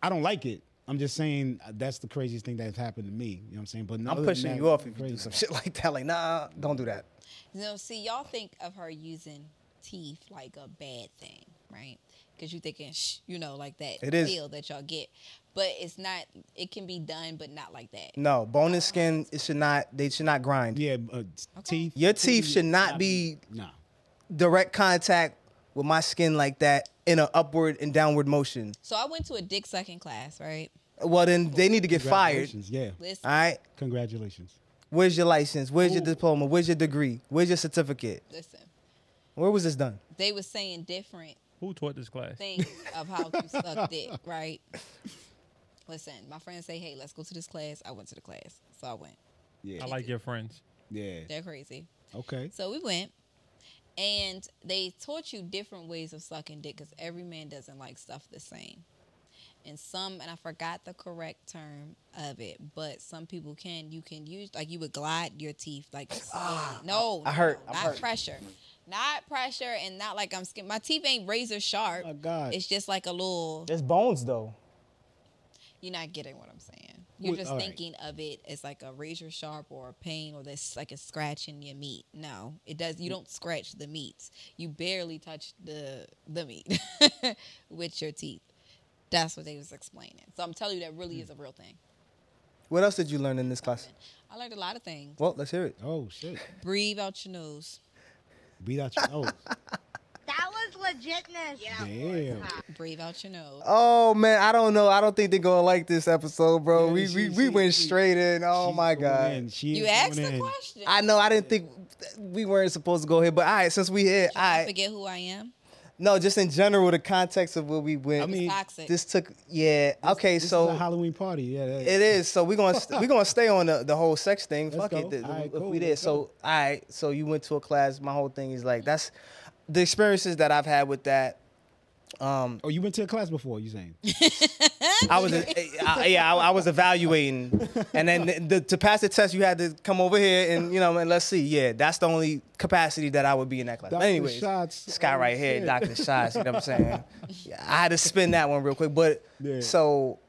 S2: I don't like it. I'm just saying uh, that's the craziest thing that's happened to me. You know what I'm saying? But
S1: I'm pushing you off if you do some shit like that. Like, nah, don't do that.
S3: No, see, y'all think of her using teeth like a bad thing, right? Because you thinking, shh, you know, like that
S1: It is.
S3: feel that y'all get, but it's not. It can be done, but not like that.
S1: No, bone and skin, it should not. They should not grind.
S2: Yeah, uh, t- teeth.
S1: Your teeth should not be
S2: Nah.
S1: direct contact with my skin like that in an upward and downward motion.
S3: So I went to a dick sucking class, right?
S1: Well, then they need to get fired.
S2: Congratulations. Yeah.
S3: Listen,
S1: All right.
S2: Congratulations.
S1: Where's your license? Where's your
S2: Ooh.
S1: diploma? Where's your degree? Where's your certificate?
S3: listen.
S1: Where was this done?
S3: They were saying different
S4: Who taught this class?
S3: things of how to suck dick, right? Listen, my friends say, "Hey, let's go to this class." I went to the class, so I went.
S2: Yeah.
S4: I like your friends.
S2: Yeah.
S3: They're crazy.
S2: Okay.
S3: So we went, and they taught you different ways of sucking dick because every man doesn't like stuff the same. And some, and I forgot the correct term of it, but some people can. You can use like you would glide your teeth like slowly. no,
S1: I
S3: no,
S1: hurt, I
S3: not
S1: hurt.
S3: pressure, not pressure, and not like I'm skin. My teeth ain't razor sharp.
S2: Oh my God.
S3: It's just like a little.
S1: There's bones though.
S3: You're not getting what I'm saying. You're
S2: Well,
S3: just
S2: all right.
S3: thinking of it as like a razor sharp or a pain or this like a scratch in your meat. No, it does.
S2: Mm.
S3: You don't scratch the meat. You barely touch the the meat with your teeth. That's what they was explaining. So I'm telling you that
S2: Mm.
S3: really is a real thing.
S1: What else did you learn in this class?
S3: I learned a lot of things.
S1: Well, let's hear it.
S2: Oh shit.
S3: Breathe out your nose.
S2: Beat out your nose.
S5: That was legitness. Yeah.
S2: Damn.
S3: Breathe out your nose.
S2: Uh,
S1: Oh man, I don't know. I don't think they're gonna like this episode, bro.
S2: Yeah,
S1: we
S2: she-
S1: we, we
S2: she-
S1: went
S2: she-
S1: straight in. Oh
S2: She's
S1: my
S2: going
S1: god.
S2: in. She
S3: You
S2: is
S3: asked
S2: going
S3: the
S2: in.
S3: question.
S1: I know I didn't think we weren't supposed to go here, but all right, since we here, all
S3: I
S1: right.
S3: forget who I am.
S1: No, just in general, the context of where we went.
S2: I mean,
S3: Toxic.
S1: this took yeah. Okay,
S2: This
S1: so
S2: is a Halloween party. Yeah. That,
S1: It is. So we're gonna st- we're gonna stay on the, the whole sex thing.
S2: Let's
S1: Fuck
S2: go.
S1: it. th-
S2: All right,
S1: if
S2: cool,
S1: we did.
S2: let's
S1: So
S2: go.
S1: all right. So you went to a class. My whole thing is like that's the experiences that I've had with that. Um,
S2: Oh, you went to a class before? You saying?
S1: I was I, yeah, I, I was evaluating, and then the, to pass the test, you had to come over here and you know and let's see. Yeah, that's the only capacity that I would be in that class. But
S2: Dr.
S1: anyways,
S2: Shots.
S1: this guy
S2: Oh,
S1: right here,
S2: shit.
S1: Doctor Shots. You know what I'm saying? Yeah, I had to spin that one real quick, but
S2: Yeah.
S1: so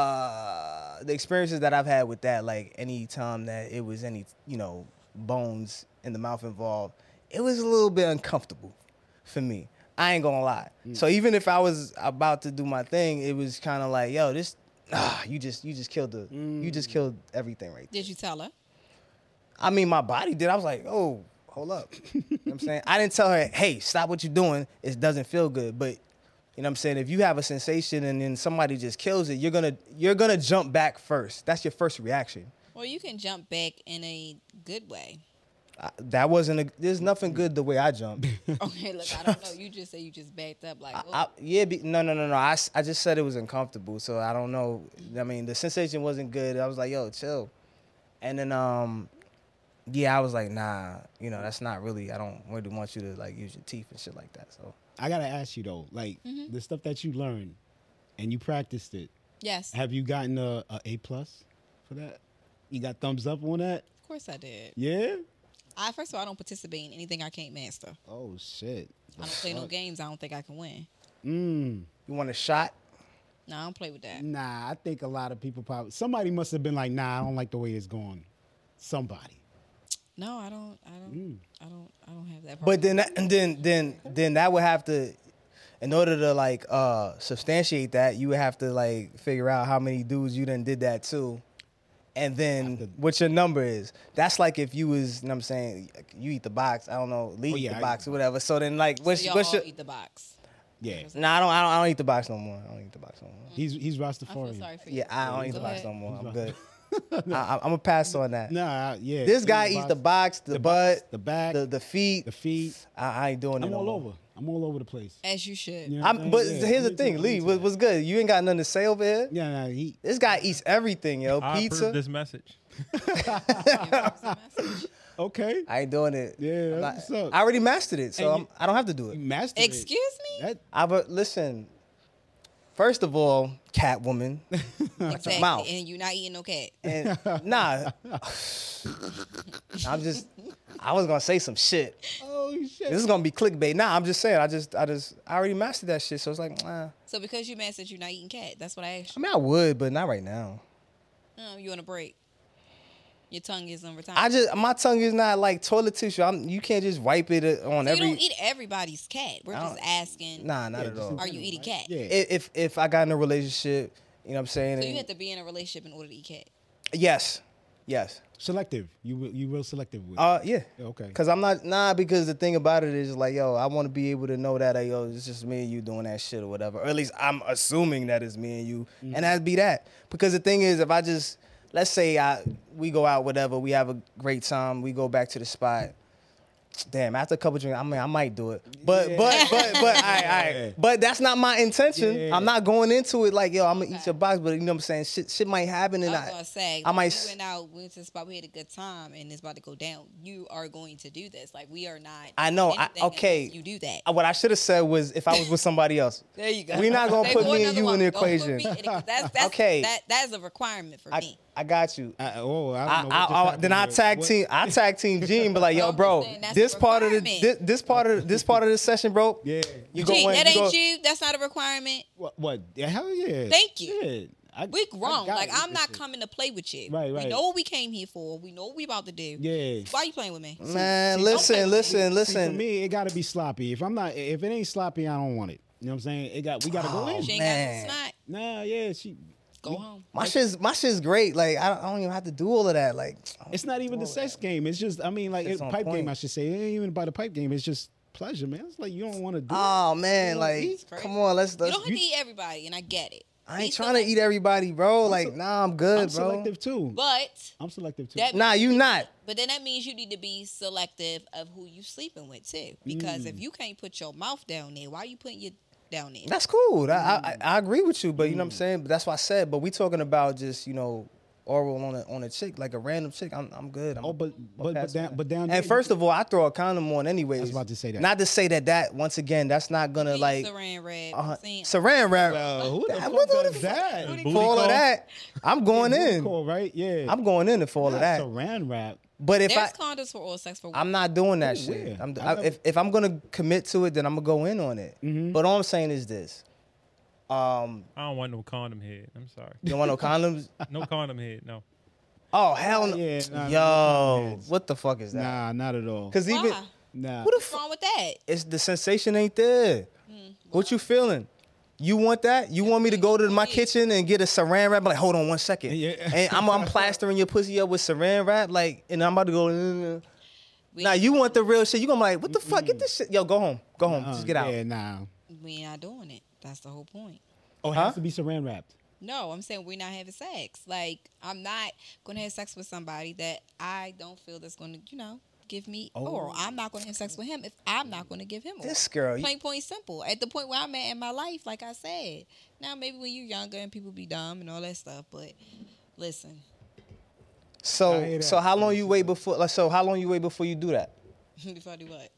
S1: uh the experiences that I've had with that, like any time that it was any you know bones in the mouth involved, it was a little bit uncomfortable for me. I ain't gonna lie. So even if I was about to do my thing, it was kind of like, yo, this, ah, you just you just killed the you just killed everything right there.
S3: Did you tell her?
S1: I mean, my body did. I was like, oh, hold up. you know what I'm saying? I didn't tell her, hey, stop what you're doing. It doesn't feel good. But you know what I'm saying? If you have a sensation and then somebody just kills it, you're gonna you're gonna jump back first. That's your first reaction.
S3: Well, you can jump back in a good way.
S1: I, that wasn't a there's nothing good the way I jumped.
S3: Okay, look, I don't know. You just say you just backed up like. oh.
S1: I, yeah, be, no, no, no, no. I, s- I just said it was uncomfortable, so I don't know. I mean, the sensation wasn't good. I was like, yo, chill. And then, um, yeah, I was like, nah, you know, that's not really. I don't really want you to like use your teeth and shit like that. So
S2: I gotta ask you though, like
S3: Mm-hmm.
S2: the stuff that you learned and you practiced it.
S3: Yes, of
S2: Have you gotten a, a A plus for that? You got thumbs up on that?
S3: course I did.
S2: Yeah.
S3: I first of all, I don't participate in anything I can't master.
S2: Oh shit.
S3: I don't play no games. I don't think I can win.
S2: Mm.
S1: you want a shot?
S3: No, I don't play with that.
S2: Nah, I think a lot of people probably somebody must have been like, nah, I don't like the way it's going. Somebody.
S3: No, I don't. I don't. I don't. I don't have that.
S1: Mm. But
S3: problem.
S1: then, that, and then, then, then that would have to, in order to like uh substantiate that, you would have to like figure out how many dudes you done did that to, and then
S2: Have to-
S1: what your number is. That's like if you was, you know what I'm saying, you eat the box. I don't know, leave
S2: Oh, yeah,
S1: the
S2: I
S1: box
S2: eat the
S1: or whatever. So then, like, what's,
S3: so y'all
S1: what's
S3: all
S1: your?
S3: eat the box.
S2: Yeah.
S1: No, I don't, I don't. I don't eat the box no more. I don't eat the box no more.
S2: He's he's
S3: I feel
S2: Rastafarian.
S3: sorry for you.
S1: Yeah, I don't eat
S3: Go
S1: the box
S3: ahead.
S1: no more. I'm good. I, I'm gonna pass on that.
S2: Nah, I- yeah.
S1: This guy eats the box, the, butt,
S2: the back,
S1: the, the feet.
S2: the feet.
S1: I, I ain't doing it.
S2: I'm
S1: no
S2: all
S1: more.
S2: over. I'm all over the place.
S3: As you should.
S2: You know what
S1: I'm, but
S2: saying? Yeah,
S1: here's
S2: I'm
S1: the
S2: into
S1: thing,
S2: it,
S1: Lee.
S2: I'm
S1: What,
S2: into it.
S1: what's good? You ain't got nothing to say over here.
S2: Yeah, nah, he
S1: This guy eats everything, yo.
S4: I approve
S1: Pizza.
S4: this message.
S3: Yeah, that was the message.
S2: okay.
S1: I ain't doing it.
S2: Yeah,
S1: I'm
S2: that's
S1: not-
S2: what's up.
S1: I already mastered it, so
S2: And
S1: I'm,
S2: you-
S1: I don't have to do
S2: He
S1: it.
S2: mastered it.
S3: Excuse me.
S2: That
S1: I but listen. First of all, Catwoman.
S3: exactly.
S1: mouth.
S3: And you're not eating no cat.
S1: And nah, I'm just. I was gonna say some shit.
S2: oh shit.
S1: This is gonna be clickbait. Nah, I'm just saying. I just, I just, I already mastered that shit. So it's like, nah.
S3: So because you mad that you're not eating cat, that's what I asked
S1: I mean, I would, but not right now.
S3: you. Um, you on a break? Your tongue is on retirement.
S1: I just, my tongue is not like toilet tissue. I'm, you can't just wipe it uh, on
S3: So
S1: every.
S3: you don't eat everybody's cat. We're
S1: I
S3: just
S1: don't-
S3: asking.
S1: Nah, not
S2: Yeah,
S1: at
S2: just in
S1: all.
S3: Are you
S2: general,
S3: eating
S2: right?
S3: cat?
S2: Yeah.
S1: I- If if I got in a relationship, you know what I'm saying?
S3: So you
S1: and-
S3: have to be in a relationship in order to eat cat.
S1: yes, yes.
S2: selective. You will you real selective with. it.
S1: Uh, yeah.
S2: okay.
S1: Cause I'm not nah. Because the thing about it is like, yo, I want to be able to know that, hey, yo, it's just me and you doing that shit or whatever. Or at least I'm assuming that it's me and you,
S3: Mm-hmm.
S1: and that'd be that. Because the thing is, if I just let's say I we go out, whatever, we have a great time, we go back to the spot, Damn, after a couple drinks, I mean, I might do it, but
S2: Yeah.
S1: but but but I,
S2: Yeah.
S1: I, but that's not my intention.
S2: Yeah.
S1: I'm not going into it like yo, I'm gonna eat
S3: Okay.
S1: your box, but you know what I'm saying. Shit, shit might happen, and
S3: I was
S1: I,
S3: gonna say,
S1: I
S3: like,
S1: might
S3: we
S1: s-
S3: went out, we went to the spot, we had a good time, and it's about to go down. You are going to do this. Like we are not.
S1: I know, I-
S3: anything unless
S1: okay.
S3: You do that.
S1: what I should have said was if I was with somebody else,
S3: There you go.
S1: we not gonna
S3: They
S1: put
S3: go
S1: me and
S3: another
S1: you in
S3: one.
S1: the
S3: Don't put
S1: equation.
S3: me in it, 'cause That's, that's,
S1: Okay.
S3: That that is a requirement for
S1: I,
S3: me.
S1: I got you.
S2: I, oh, I
S1: I,
S2: don't know.
S1: I,
S2: what just
S1: I,
S2: happened
S1: then I
S2: there.
S1: tag
S2: What-
S1: team. I tag team Gene, but like,
S3: I'm
S1: yo,
S3: just
S1: bro,
S3: saying that's
S1: this
S3: a
S1: part of the
S3: requirement.
S1: this, this part of this part of this session, bro.
S2: Yeah.
S1: you
S3: Gee,
S1: in,
S3: that
S1: you
S3: ain't you. That's not a requirement.
S2: What? What? Yeah, hell yeah.
S3: Thank you.
S2: Shit. I-
S3: We
S2: I
S3: grown.
S2: gotta
S3: Like
S2: eat
S3: I'm
S2: this
S3: not
S2: shit.
S3: coming to play with you.
S2: Right, right.
S3: We know what we came here for. We know what we about to do.
S2: Yeah.
S3: Why you playing with me?
S1: Man,
S2: See,
S3: okay.
S1: listen, listen,
S2: See, for
S1: listen.
S2: me, it got to be sloppy. If I'm not, if it ain't sloppy, I don't want it. You know what I'm saying? It got. We got to go
S1: Oh,
S2: in.
S3: She ain't
S1: man.
S3: got no snot.
S2: Nah, yeah. She.
S3: Go home.
S1: My shit's my shit's great. Like I don't, I don't even have to do all of that. Like
S2: It's not even the sex game. It's just. I mean, like it,
S1: Shit's on
S2: pipe game.
S1: point.
S2: I should say. It ain't even about the pipe game. It's just pleasure, man. It's like you don't want to do.
S3: Uh,
S2: it.
S1: Oh man,
S2: Yeah,
S1: like
S2: it's
S3: crazy.
S1: come on, let's
S3: You
S1: let's.
S3: don't have to eat everybody, and I get it.
S1: I ain't
S3: Be
S1: trying to
S3: selective.
S1: eat everybody, bro. Like nah, I'm good,
S2: I'm
S1: bro.
S2: selective too.
S3: But
S2: I'm selective too.
S3: that
S1: Nah, you not.
S3: But then that means you need to be selective of who you sleeping with too, because
S1: Mm.
S3: if you can't put your mouth down there, why you putting your down there?
S1: That's cool. I I, I I agree with you, but you know what I'm saying. But that's why I said. But we talking about just you know oral on a on a chick, like a random chick. I'm I'm good. I'm,
S2: oh, but but but
S1: past
S2: down,
S1: that.
S2: but down. there,
S1: and first of all, I throw a condom on anyways.
S2: I was about to say that.
S1: Not to say that that once again, that's not gonna like
S3: saran wrap,
S1: uh,
S3: saying-
S1: saran wrap.
S2: Well, who the
S1: That-
S2: fuck
S1: what the
S2: does
S1: fuck-
S2: that?
S3: Booty
S1: for all
S4: call?
S1: of that, I'm going
S2: Booty
S1: in.
S2: call, right? Yeah.
S1: I'm going in for all of
S2: Not
S1: that.
S2: Saran wrap.
S1: But if
S3: There's
S1: I,
S3: condoms for all sex for
S1: I'm not doing that
S2: Ooh,
S1: shit.
S2: yeah.
S1: I'm,
S2: I
S1: I-
S2: never-
S1: if, if I'm gonna commit to it, then I'm gonna go in on it. But all I'm saying is this: um,
S4: I don't want no condom head. I'm sorry.
S1: you don't want no condoms?
S4: No condom head. No.
S1: Oh hell no!
S2: Yeah, nah, nah,
S1: Yo,
S2: nah, nah.
S1: what the fuck is that?
S2: Nah, not at all.
S1: Because even
S3: Why?
S2: Nah.
S1: who the
S3: What's
S1: fuck?
S3: wrong with that?
S1: It's the sensation ain't there. what you feeling? You want that? You want me to go to my kitchen and get a saran wrap? Like, hold on one second.
S2: Yeah.
S1: And I'm, I'm plastering your pussy up with saran wrap, like, and I'm about to go. "Mm, mm."
S3: We,
S1: Now you want the real shit. You gonna be like, what the fuck? Get this shit. Yo, go home. Go home.
S2: Uh,
S1: Just get out.
S2: Yeah, nah.
S3: we not doing it. That's the whole point.
S2: Oh, it
S1: Huh?
S2: has to be saran wrapped.
S3: No, I'm saying we're not having sex. Like I'm not gonna have sex with somebody that I don't feel that's gonna, you know, give me oral. I'm not gonna have sex with him if I'm not gonna give him oral.
S1: Oh. This girl, you-
S3: Plain point simple. At the point where I'm at in my life, like I said. Now maybe when you're younger and people be dumb and all that stuff, but listen,
S2: I hear
S1: So
S2: that.
S1: so how long you wait before like so how long you wait before you do that?
S3: before I do what?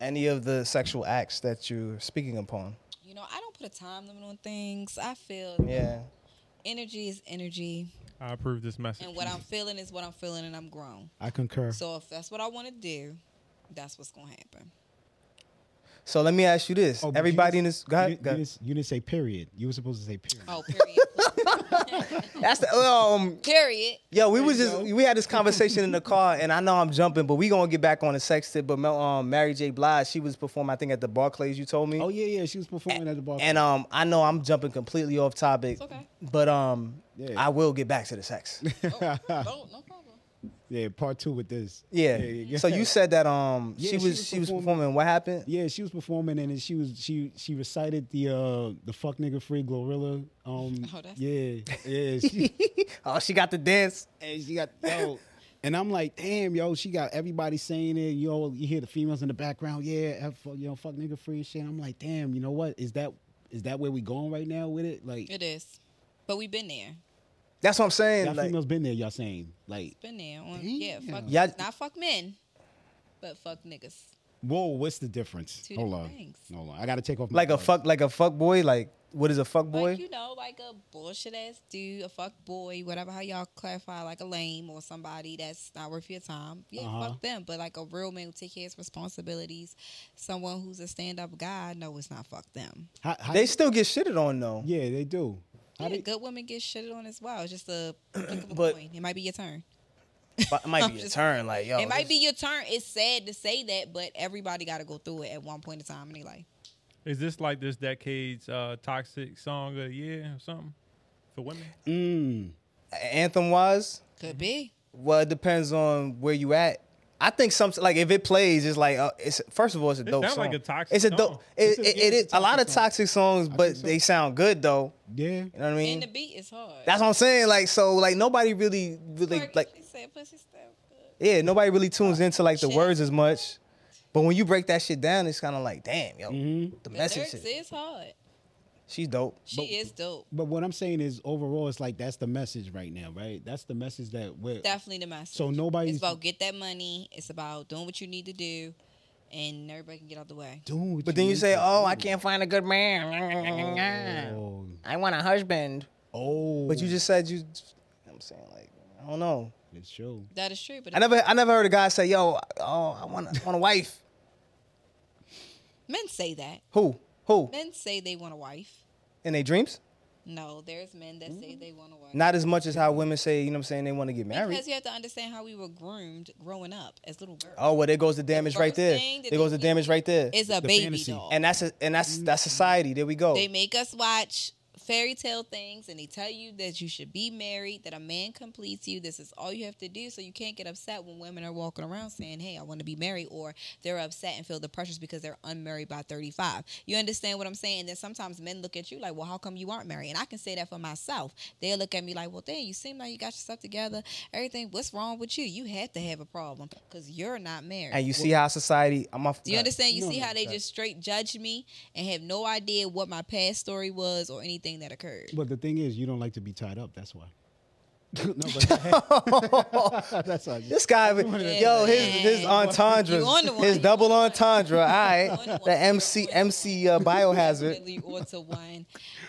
S1: Any of the sexual acts that you're speaking upon?
S3: You know, I don't put a time limit on things. I feel
S1: Yeah.
S3: energy is energy,
S4: I approve this message.
S3: and what I'm feeling is what I'm feeling, and I'm grown.
S2: I concur.
S3: So if that's what I want to do, that's what's gonna happen.
S1: So let me ask you this.
S2: Oh, but you
S1: Everybody
S2: didn't-
S1: in this
S2: you
S1: go ahead,
S2: didn't-
S1: go Uh,
S2: You,
S1: ahead.
S2: didn't, you didn't say period. You were supposed to say period.
S3: Oh, period.
S1: That's the um
S3: Period.
S1: yo, we was
S2: you
S1: just
S2: go.
S1: we had this conversation in the car and I know I'm jumping, but we gonna get back on the sex tip. But Mel- um Mary J. Blige, she was performing, I think, at the Barclays, you told me.
S2: Oh yeah, yeah. She was performing at the bar.
S1: And um I know I'm jumping completely off topic.
S3: okay.
S1: But um
S2: Yeah.
S1: I will get back to the sex.
S3: Oh, no, no problem.
S2: yeah, part two with this.
S1: Yeah. So you said that um
S2: Yeah,
S1: she was she was, performing. What happened?
S2: Yeah, she was performing and then she was she she recited the uh the fuck nigga free gorilla. Um
S3: Oh, that's-
S2: yeah. Yeah. She,
S1: oh, she got the dance.
S2: and she got yo. And I'm like, damn, yo, she got everybody saying it. Yo, you hear the females in the background, yeah, F, you know, fuck nigga free and shit. I'm like, damn, you know what? Is that is that where we going right now with it? Like,
S3: It is. But we've been there.
S1: That's what I'm saying.
S2: that
S1: Like,
S2: female's been there. Y'all saying like,
S3: Been there. On, yeah, fuck
S2: Damn.
S1: Yeah.
S3: Not fuck men, but fuck niggas.
S2: whoa, what's the difference?
S3: Two
S2: hold on,
S3: different things.
S2: hold on. I gotta take off my
S1: like a
S2: gloves.
S1: fuck, like a fuck boy. Like what is a fuck boy?
S3: Like, you know, like a bullshit ass dude, a fuck boy, whatever how y'all clarify, like a lame or somebody that's not worth your time. Yeah,
S2: Uh-huh.
S3: fuck them. But like a real man who take care of his responsibilities, someone who's a stand up guy, no, it's not fuck them.
S2: How- how-
S1: they still get shitted on though.
S2: yeah, they do. How
S3: Yeah,
S2: they-
S3: good women get shitted on as well. It's just a flick of a
S1: But-
S3: coin. It might be your turn.
S1: But it might be a
S3: just-
S1: turn. Like yo,
S3: it might
S1: this-
S3: be your turn. It's sad to say that, but everybody got to go through it at one point in time in their life.
S4: Is this like this decade's uh, toxic song of the year or something for women?
S2: Mm.
S1: anthem wise.
S3: Could be.
S1: Well, it depends on where you at. I think some like if it plays, it's like uh, it's first of all, it's a
S4: It
S1: dope
S4: sound
S1: song.
S4: like a toxic
S1: It's a
S4: song.
S1: dope.
S2: It's
S1: It,
S2: a-
S1: it,
S2: yeah,
S1: it is
S2: it's a
S1: a lot of
S2: toxic song.
S1: toxic songs, but
S2: think so.
S1: they sound good though.
S2: Yeah.
S1: You know what I mean?
S3: And the beat is hard.
S1: That's what I'm saying. Like so, like nobody really, really
S3: Mark,
S1: like
S3: she said, "Pussy still good."
S1: yeah, nobody really tunes into like the
S3: Shit.
S1: words as much. But when you break that shit down, it's kind of like, damn, yo,
S2: Mm-hmm.
S1: the
S3: The
S1: message.
S3: lyrics
S1: is-
S3: is hard.
S1: She's dope.
S3: She is dope.
S2: But what I'm saying is, overall, it's like that's the message right now, right? That's the message that we're.
S3: Definitely the message.
S2: So nobody's
S3: It's about get that money. It's about doing what you need to do, and everybody can get out the way.
S2: doing. what
S1: But then you
S2: need
S1: say,
S2: to
S1: oh,
S2: do."
S1: I can't find a good man.
S2: Oh,
S1: I want a husband.
S2: oh.
S1: But you just said you. I'm saying like, I don't know.
S2: It's true.
S3: That is true. But
S1: I never, I never heard a guy say, yo, oh, I want, I want a wife.
S3: men say that.
S1: Who? Who?
S3: Men say they want a wife.
S1: In their dreams?
S3: No, there's men that say they want a wife.
S1: Not as much as how women say, you know what I'm saying, they want to get married.
S3: because you have to understand how we were groomed growing up as little girls.
S1: Oh well, there goes the damage right
S3: first
S1: there.
S3: thing that
S1: There goes
S3: they
S1: the damage right there.
S3: It's a
S2: the
S3: baby
S2: fantasy.
S3: doll.
S1: And that's a, and that's that's society. There we go.
S3: They make us watch fairy tale things and they tell you that you should be married, that a man completes you. This is all you have to do. So you can't get upset when women are walking around saying, hey, I want to be married, or they're upset and feel the pressures because they're unmarried by 35. You understand what I'm saying? And then sometimes men look at you like, well, how come you aren't married? And I can say that for myself. They'll look at me like, well, damn, you seem like you got yourself together. Everything, what's wrong with you? You had to have a problem because you're not married.
S1: And you see how society. I'm off.
S3: Do you understand? You
S2: No,
S3: see
S2: no,
S3: how they
S2: that-
S3: just straight judge me and have no idea what my past story was or anything that occurred.
S2: But the thing is, you don't like to be tied up. That's why. no, but that's why.
S1: This guy, yo, his his
S3: You
S1: entendres,
S3: on the one.
S1: his double entendre. All
S3: on the
S1: right,
S3: one.
S1: the MC MC uh, biohazard.
S3: Definitely or to one.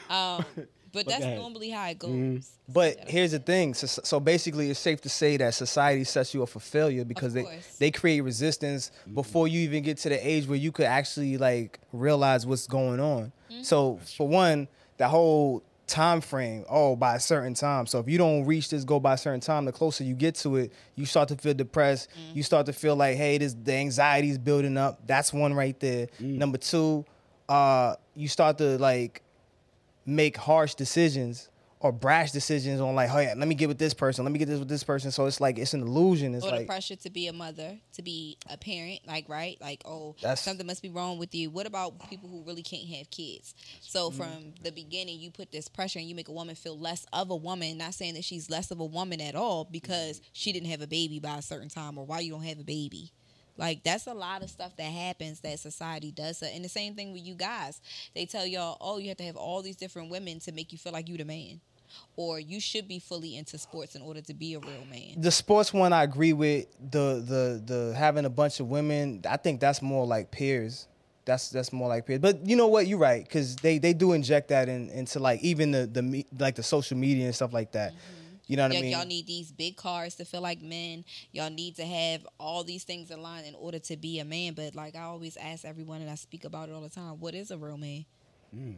S3: Um, but that's
S2: ahead. Mm-hmm.
S3: normally how it goes.
S1: But here's the thing. So, so basically, it's safe to say that society sets you up for failure because they,
S3: course.
S1: they create resistance before you even get to the age where you could actually like realize what's going on. So for one, the whole time frame. Oh, by a certain time. So if you don't reach this goal by a certain time, the closer you get to it, you start to feel depressed. You start to feel like, hey, this the anxiety's building up. That's one right there. Number two, uh, you start to like make harsh decisions or brash decisions on like, oh yeah, let me get with this person, let me get this with this person. So it's like it's an illusion. It's
S3: or the
S1: like
S3: pressure to be a mother, to be a parent, like right, like oh,
S1: That's-
S3: something must be wrong with you. What about people who really can't have kids? So
S1: Mm-hmm.
S3: from the beginning, you put this pressure and you make a woman feel less of a woman. Not saying that she's less of a woman at all because
S1: Mm-hmm.
S3: she didn't have a baby by a certain time, or why you don't have a baby. Like that's a lot of stuff that happens that society does. So- And the same thing with you guys. They tell y'all, oh, you have to have all these different women to make you feel like you the man, or you should be fully into sports in order to be a real man.
S1: the sports one I agree with the the the having a bunch of women. I think that's more like peers. That's that's more like peers. But you know what? You're right because they they do inject that in, into like even the the me- like the social media and stuff like that. You know what I
S3: Like
S1: mean?
S3: Mm-hmm. y'all need these big cars to feel like men. Y'all need to have all these things in line in order to be a man. But like I always ask everyone, and I speak about it all the time. What is a real man?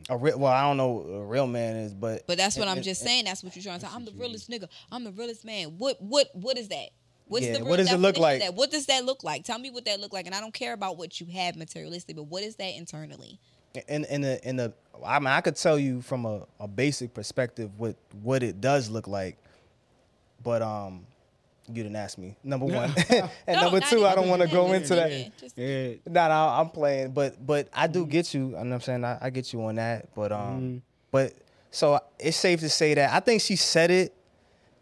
S1: a re- well, I don't know what a real man is, but
S3: But that's what I'm just saying. That's what you're trying to say. I'm the realest nigga. I'm the realest man. What what what is that? What's
S1: Yeah, what does it look
S3: definition of
S1: like?
S3: That? What does that look like? Tell me what that look like. And I don't care about what you have materialistically, but what is that internally?
S1: in in a in a I mean I could tell you from a, a basic perspective what what it does look like, but um you didn't ask me number one and
S3: No,
S1: number
S3: not
S1: two I
S3: even
S1: don't want to
S3: that.
S1: go
S3: Just
S1: into that.
S3: leave it. Just-
S2: Yeah.
S1: Nah, nah, I'm playing, but but I
S2: Mm.
S1: do get you. You know what I'm saying I, I get you on that, but um
S2: Mm-hmm.
S1: but so it's safe to say that I think she said it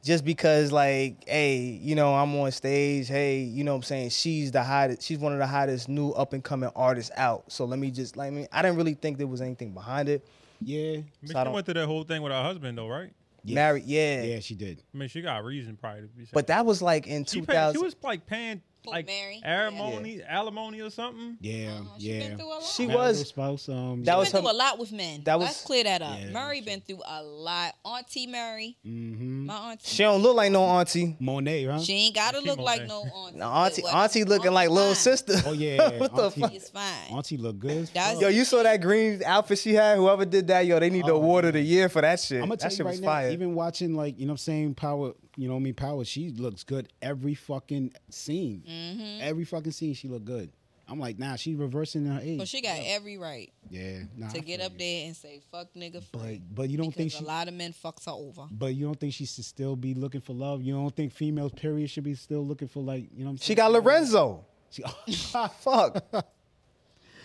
S1: just because like hey you know i'm on stage hey you know what i'm saying she's the hottest she's one of the hottest new up and coming artists out so let me just like I, mean, I didn't really think there was anything behind it
S2: Yeah.
S4: I mean,
S1: So I
S4: she
S1: don't-
S4: went through that whole thing with her husband though, right?
S1: married yeah.
S2: Yeah, she did.
S4: I mean, she got reason probably to be. saying-
S1: but that was like in
S4: she, paid, she
S1: 2000
S4: was like paying
S3: Who,
S4: like
S3: Mary?
S4: alimony, alimony or something.
S2: Yeah.
S3: Uh-huh. She
S2: yeah.
S3: been through a lot.
S1: She
S2: Marital
S1: was-
S2: spouse. Um.
S1: That
S2: yeah.
S1: was
S3: been
S1: her-
S3: through a lot with men.
S1: that was-
S3: Let's clear that up.
S2: Yeah,
S3: Murray been through a lot. Auntie Murray,
S2: Mhm.
S3: my auntie.
S1: she don't look like no auntie
S2: Monet, huh?
S3: She ain't gotta
S4: She
S3: look
S4: more
S3: like
S4: than-
S3: no auntie.
S1: no, auntie
S3: Well,
S1: auntie looking like
S3: auntie's
S1: little
S3: fine.
S1: sister
S2: Oh yeah.
S1: What the
S2: auntie,
S1: fuck?
S3: It's fine.
S2: auntie look good. as
S3: That's-
S2: fuck.
S1: yo you saw that green outfit she had whoever did that yo they need the
S2: Oh,
S1: award of the year for that shit
S2: I'm gonna tell
S1: that shit
S2: you right
S1: was
S2: now.
S1: fire
S2: Even watching like you know, what I'm saying power. You know, what I mean power. She looks good every fucking scene.
S3: Mm-hmm.
S2: Every fucking scene, she look good. I'm like, nah, she's reversing her age.
S3: But Oh, she got every right
S2: yeah, nah, I
S3: to get
S2: feel
S3: up
S2: you.
S3: there and say "fuck nigga" free.
S2: But but you don't think
S3: Because
S2: she.
S3: a lot of men fucks her over.
S2: But you don't think she should still be looking for love? You don't think females period should be still looking for like you know? What I'm
S1: she
S2: saying?
S1: got lorenzo
S2: She- oh, Ah,
S1: fuck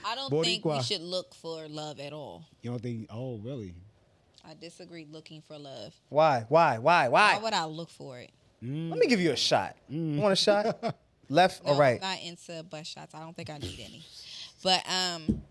S3: I don't think we
S2: Boricua.
S3: should look for love at all.
S2: you don't think? Oh, really?
S3: I disagree looking for love.
S1: why why why
S3: Why
S1: why
S3: would I look for it?
S1: Let me give you a shot.
S2: Mm.
S1: You want a shot? Left
S3: No,
S1: or right?
S3: I'm not into butt shots. I don't think I need any. But um,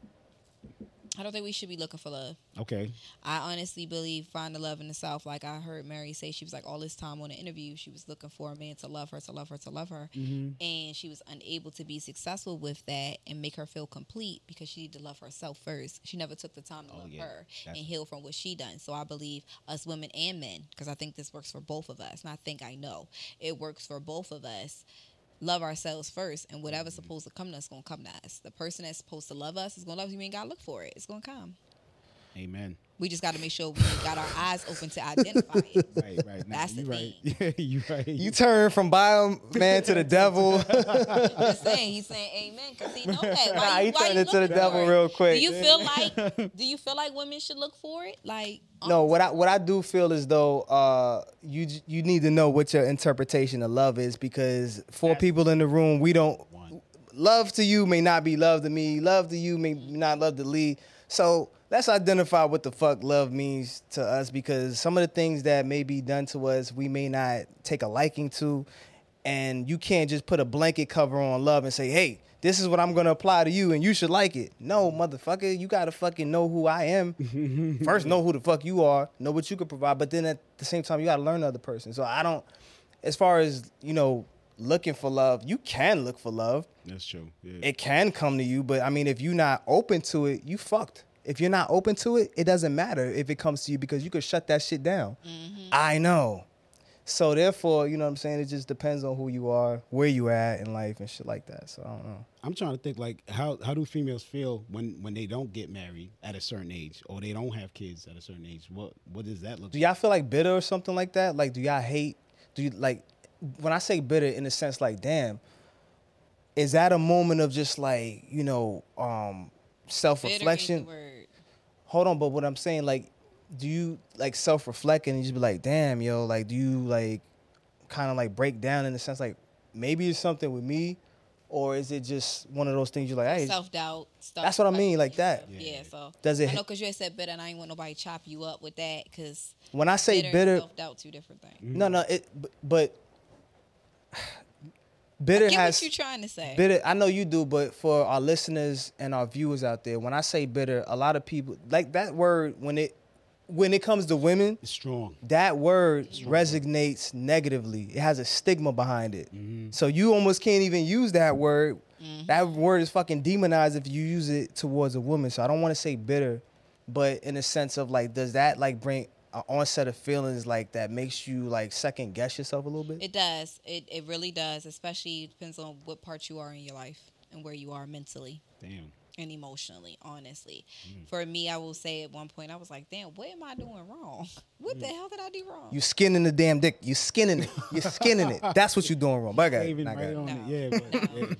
S3: I don't think we should be looking for love.
S2: Okay.
S3: I honestly believe find the love in the South. Like I heard Mary say, she was like all this time on the interview, she was looking for a man to love her, to love her, to love her,
S2: Mm-hmm.
S3: and she was unable to be successful with that and make her feel complete because she needed to love herself first. She never took the time to love
S2: Oh, yeah.
S3: her
S2: That's-
S3: and heal from what she done. So I believe us women and men, because I think this works for both of us. And I think I know it works for both of us love ourselves first, and whatever's
S2: Mm-hmm.
S3: supposed to come to us gonna come to us. The person that's supposed to love us is gonna love us. You ain't gotta look for it. It's gonna come.
S2: Amen.
S3: We just gotta make sure we got our eyes open to identify it.
S2: Right, right. Nah,
S3: That's the
S2: you right. Yeah, you right.
S1: You turn from bio man to the devil.
S3: Just saying, he's saying amen because he know that. Why,
S1: Nah,
S3: you-
S1: he
S3: why
S1: turned
S3: you
S1: it to the
S3: looking for
S1: devil
S3: it?
S1: real quick.
S3: Do you feel like? Do you feel like women should look for it? Like um,
S1: no, what I what I do feel is though, uh, you j- you need to know what your interpretation of love is because for people in the room, we don't love to you may not be love to me. Love to you may not love to Lee. So let's identify what the fuck love means to us because some of the things that may be done to us, we may not take a liking to. And you can't just put a blanket cover on love and say, hey, this is what I'm gonna apply to you and you should like it. No, motherfucker, you gotta fucking know who I am. First, know who the fuck you are, know what you can provide, but then at the same time, you gotta learn the other person. So I don't, as far as, you know, looking for love, you can look for love
S2: That's true. Yeah.
S1: it can come to you, but I mean, if you're not open to it, you fucked. If you're not open to it, it doesn't matter if it comes to you because you could shut that shit down. I know. So therefore, you know what I'm saying? It just depends on who you are, where you at in life, and shit like that. So I don't know.
S2: I'm trying to think like how how do females feel when when they don't get married at a certain age or they don't have kids at a certain age? What what does that look
S1: Do y'all feel like bitter or something like that? Like, do y'all hate? Do you like? When I say bitter, in a sense, like, damn, is that a moment of just like you know, um, self
S3: bitter ain't the
S1: reflection?
S3: word.
S1: hold on, but what I'm saying, like, do you like self reflect and you just be like, damn, yo, like, do you like kind of like break down in the sense, like, maybe it's something with me, or is it just one of those things you're like, hey,
S3: Self doubt stuff.
S1: That's what I mean, like
S3: yourself.
S1: that.
S3: Yeah. So
S1: Does it-
S3: I know because you had said bitter, and I ain't want nobody chop you up with that because
S1: when I say
S3: bitter,
S1: bitter,
S3: and self doubt two different things.
S1: no, no, it, b- but bitter
S3: Get
S1: has
S3: what you trying to say?
S1: bitter. I know you do, but for our listeners and our viewers out there, when I say bitter, a lot of people like that word when it when it comes to women.
S2: like? Strong.
S1: that word resonates negatively. It has a stigma behind it. So you almost can't even use that word. That word is fucking demonized if you use it towards a woman. So I don't want to say bitter, but in a sense of like, does that like bring an onset of feelings like that makes you like second guess yourself a little bit?
S3: It does. It it really does. Especially depends on what part you are in your life and where you are mentally.
S2: Damn.
S3: and emotionally, honestly. For me, I will say at one point, I was like, damn, what am I doing wrong? What the hell did I do wrong?
S1: you skinning the damn dick. You skinning it. You skinning it. That's what you doing wrong. But I got it.
S2: Even
S1: I got
S2: right
S1: it.
S2: on
S3: No.
S2: it. Yeah, but,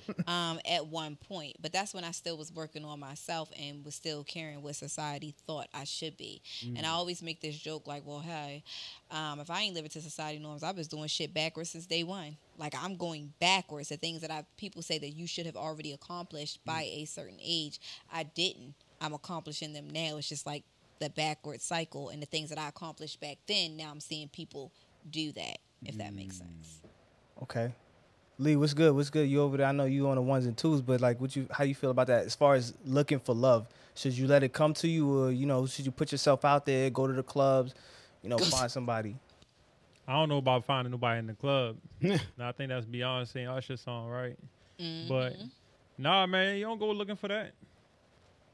S2: yeah.
S3: um, at one point. But that's when I still was working on myself and was still caring what society thought I should be. And I always make this joke like, well, hey, um, if I ain't living to society norms, I've been doing shit backwards since day one. Like I'm going backwards. The things that I people say that you should have already accomplished by a certain age, I didn't. I'm accomplishing them now. It's just like the backward cycle and the things that I accomplished back then. Now I'm seeing people do that. If that makes sense.
S1: Okay. Lee, what's good? What's good? You over there? I know you on the ones and twos, but like, what you? How you feel about that? As far as looking for love, should you let it come to you, or you know, should you put yourself out there, go to the clubs, you know, find somebody?
S4: I don't know about finding nobody in the club. now, I think that's Beyonce and Usher song, right? But nah, man, you don't go looking for that.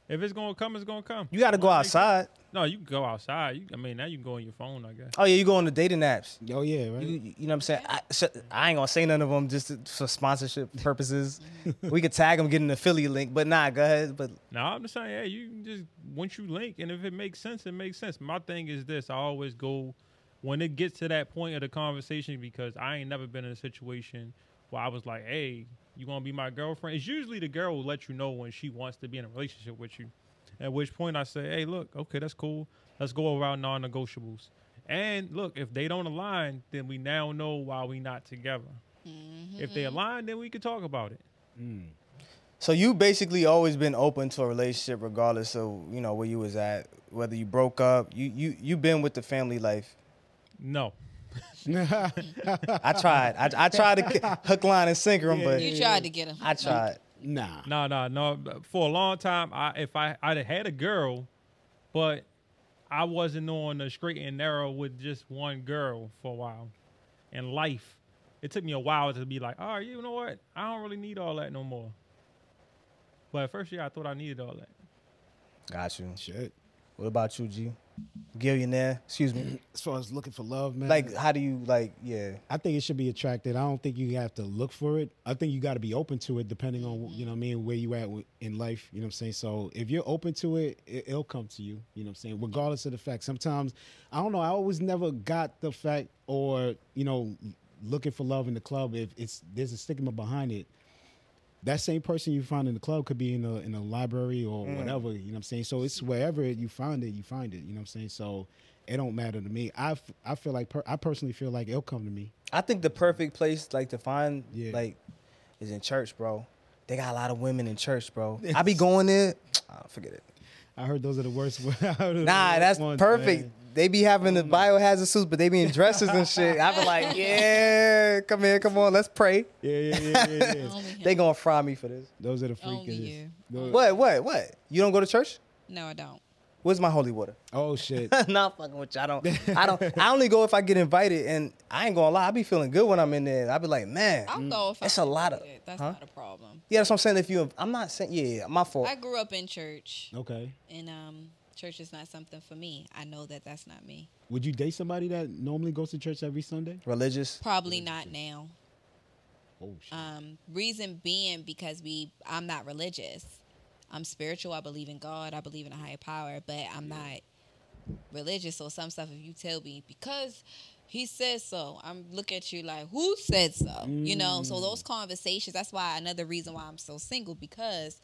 S4: If it's gonna come, it's gonna come.
S1: You got to go
S4: Might make-
S1: outside.
S4: No, you can go outside. You, I mean, now you can go on your phone, I guess.
S1: Oh yeah, you go on the dating apps.
S2: Oh yeah, right.
S1: You, you know what I'm saying? I, so- I ain't gonna say none of them just to- for sponsorship purposes. we could tag them, get an affiliate link, but nah, go ahead. But
S4: Now I'm just saying, hey, you can just once you link, and if it makes sense, it makes sense. My thing is this: I always go when it gets to that point of the conversation because I ain't never been in a situation where I was like, hey, you gonna be my girlfriend? It's usually the girl will let you know when she wants to be in a relationship with you. At which point I say, hey, look, okay, that's cool. Let's go around non-negotiables. And look, if they don't align, then we now know why we not together. If they align, then we can talk about it.
S1: So you basically always been open to a relationship, regardless of you know where you was at, whether you broke up. You you you been with the family life.
S4: No.
S1: I tried. I, I tried to k- hook, line, and sinker him, but
S3: You tried to get him.
S1: I tried.
S2: nah.
S4: No, no, no. For a long time, I if I I'd have had a girl, but I wasn't on the straight and narrow with just one girl for a while. And life, it took me a while to be like, oh, you know what? I don't really need all that no more. But at first year, I thought I needed all that.
S1: Got you.
S2: Shit.
S1: What about you, G? Gillionaire. Excuse me.
S2: As far as looking for love, man.
S1: Like, how do you like? Yeah.
S2: I think it should be attracted. I don't think you have to look for it. I think you got to be open to it, depending on you know what I mean where you at wi- in life. You know what I'm saying. So if you're open to it, it it'll come to you. You know what I'm saying, regardless of the fact. Sometimes I don't know. I always never got the fact, or you know, looking for love in the club. If it's there's a stigma behind it. That same person you find in the club could be in a in a library or whatever. You know what I'm saying. So it's wherever you find it, you find it. You know what I'm saying. So. It don't matter to me. I, f- I feel like per- I personally feel like it'll come to me.
S1: I think the perfect place like to find
S2: Yeah.
S1: like is in church, bro. They got a lot of women in church, bro. I be going there. Ah, forget it.
S2: I heard those are the worst. I heard those are the
S1: Nah,
S2: worst
S1: that's
S2: ones,
S1: perfect.
S2: man.
S1: They be having the biohazard suits, but they be in dresses and shit. I be like, yeah, come here, come on, let's pray.
S2: Yeah, yeah, yeah, yeah. yeah.
S3: Only him.
S1: They gonna fry me for this.
S2: those are the
S3: Only
S2: freakiest.
S3: you.
S2: Those-
S1: What, what, what? You don't go to church?
S3: no, I don't.
S1: Where's my holy water?
S2: Oh shit.
S1: Not fucking with you. I don't. I don't. I only go if I get invited, and I ain't gonna lie. I be feeling good when I'm in there. I be like, man,
S3: I'll go
S1: Mm.
S3: if I
S1: That's a
S3: feel
S1: lot of-
S3: good. That's not a problem.
S1: yeah. That's what I'm saying. If you, I'm not saying, yeah, yeah, my fault.
S3: I grew up in church,
S2: Okay.
S3: and um, church is not something for me. I know that that's not me.
S2: Would you date somebody that normally goes to church every Sunday?
S1: Religious.
S3: Probably not now.
S2: Oh shit.
S3: Um, reason being because we, I'm not religious. I'm spiritual. I believe in God. I believe in a higher power, but I'm not religious. So some stuff, if you tell me because he says so, I'm look at you like who said so. You know. So those
S1: Mm.
S3: conversations. That's why another reason why I'm so single because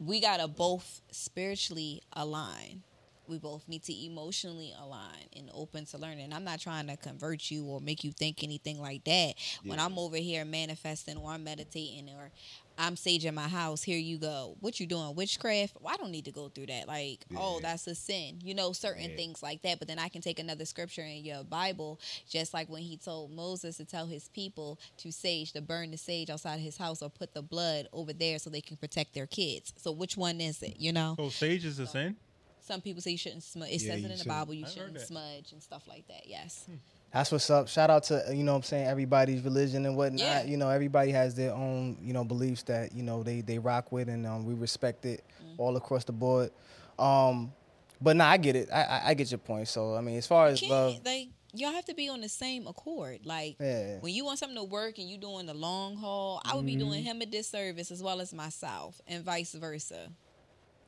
S3: we gotta both spiritually align. We both need to emotionally align and open to learning. I'm not trying to convert you or make you think anything like that. When I'm over here manifesting or I'm meditating or I'm saging my house, here you go. What you doing? Witchcraft? Well, I don't need to go through that. Like, oh, that's a sin. You know, certain things like that. But then I can take another scripture in your Bible, just like when he told Moses to tell his people to sage, to burn the sage outside his house or put the blood over there so they can protect their kids. So which one is it? You know?
S4: So sage is a sin.
S3: Some people say you shouldn't smudge. It
S2: Yeah, you
S3: says it in the
S2: shouldn't.
S3: Bible you
S4: I heard
S3: shouldn't
S4: that.
S3: smudge and stuff like that. Yes.
S1: That's what's up. Shout out to you know what I'm saying everybody's religion and whatnot.
S3: Yeah.
S1: You know everybody has their own you know beliefs that you know they they rock with and um, we respect it
S3: Mm-hmm.
S1: all across the board. Um, but nah, I get it. I, I I get your point. So I mean, as far as
S3: can't
S1: love,
S3: like y'all have to be on the same accord. Like
S1: Yeah. Mm-hmm.
S3: when you want something to work and you doing the long haul, I would be doing him a disservice as well as myself, and vice versa.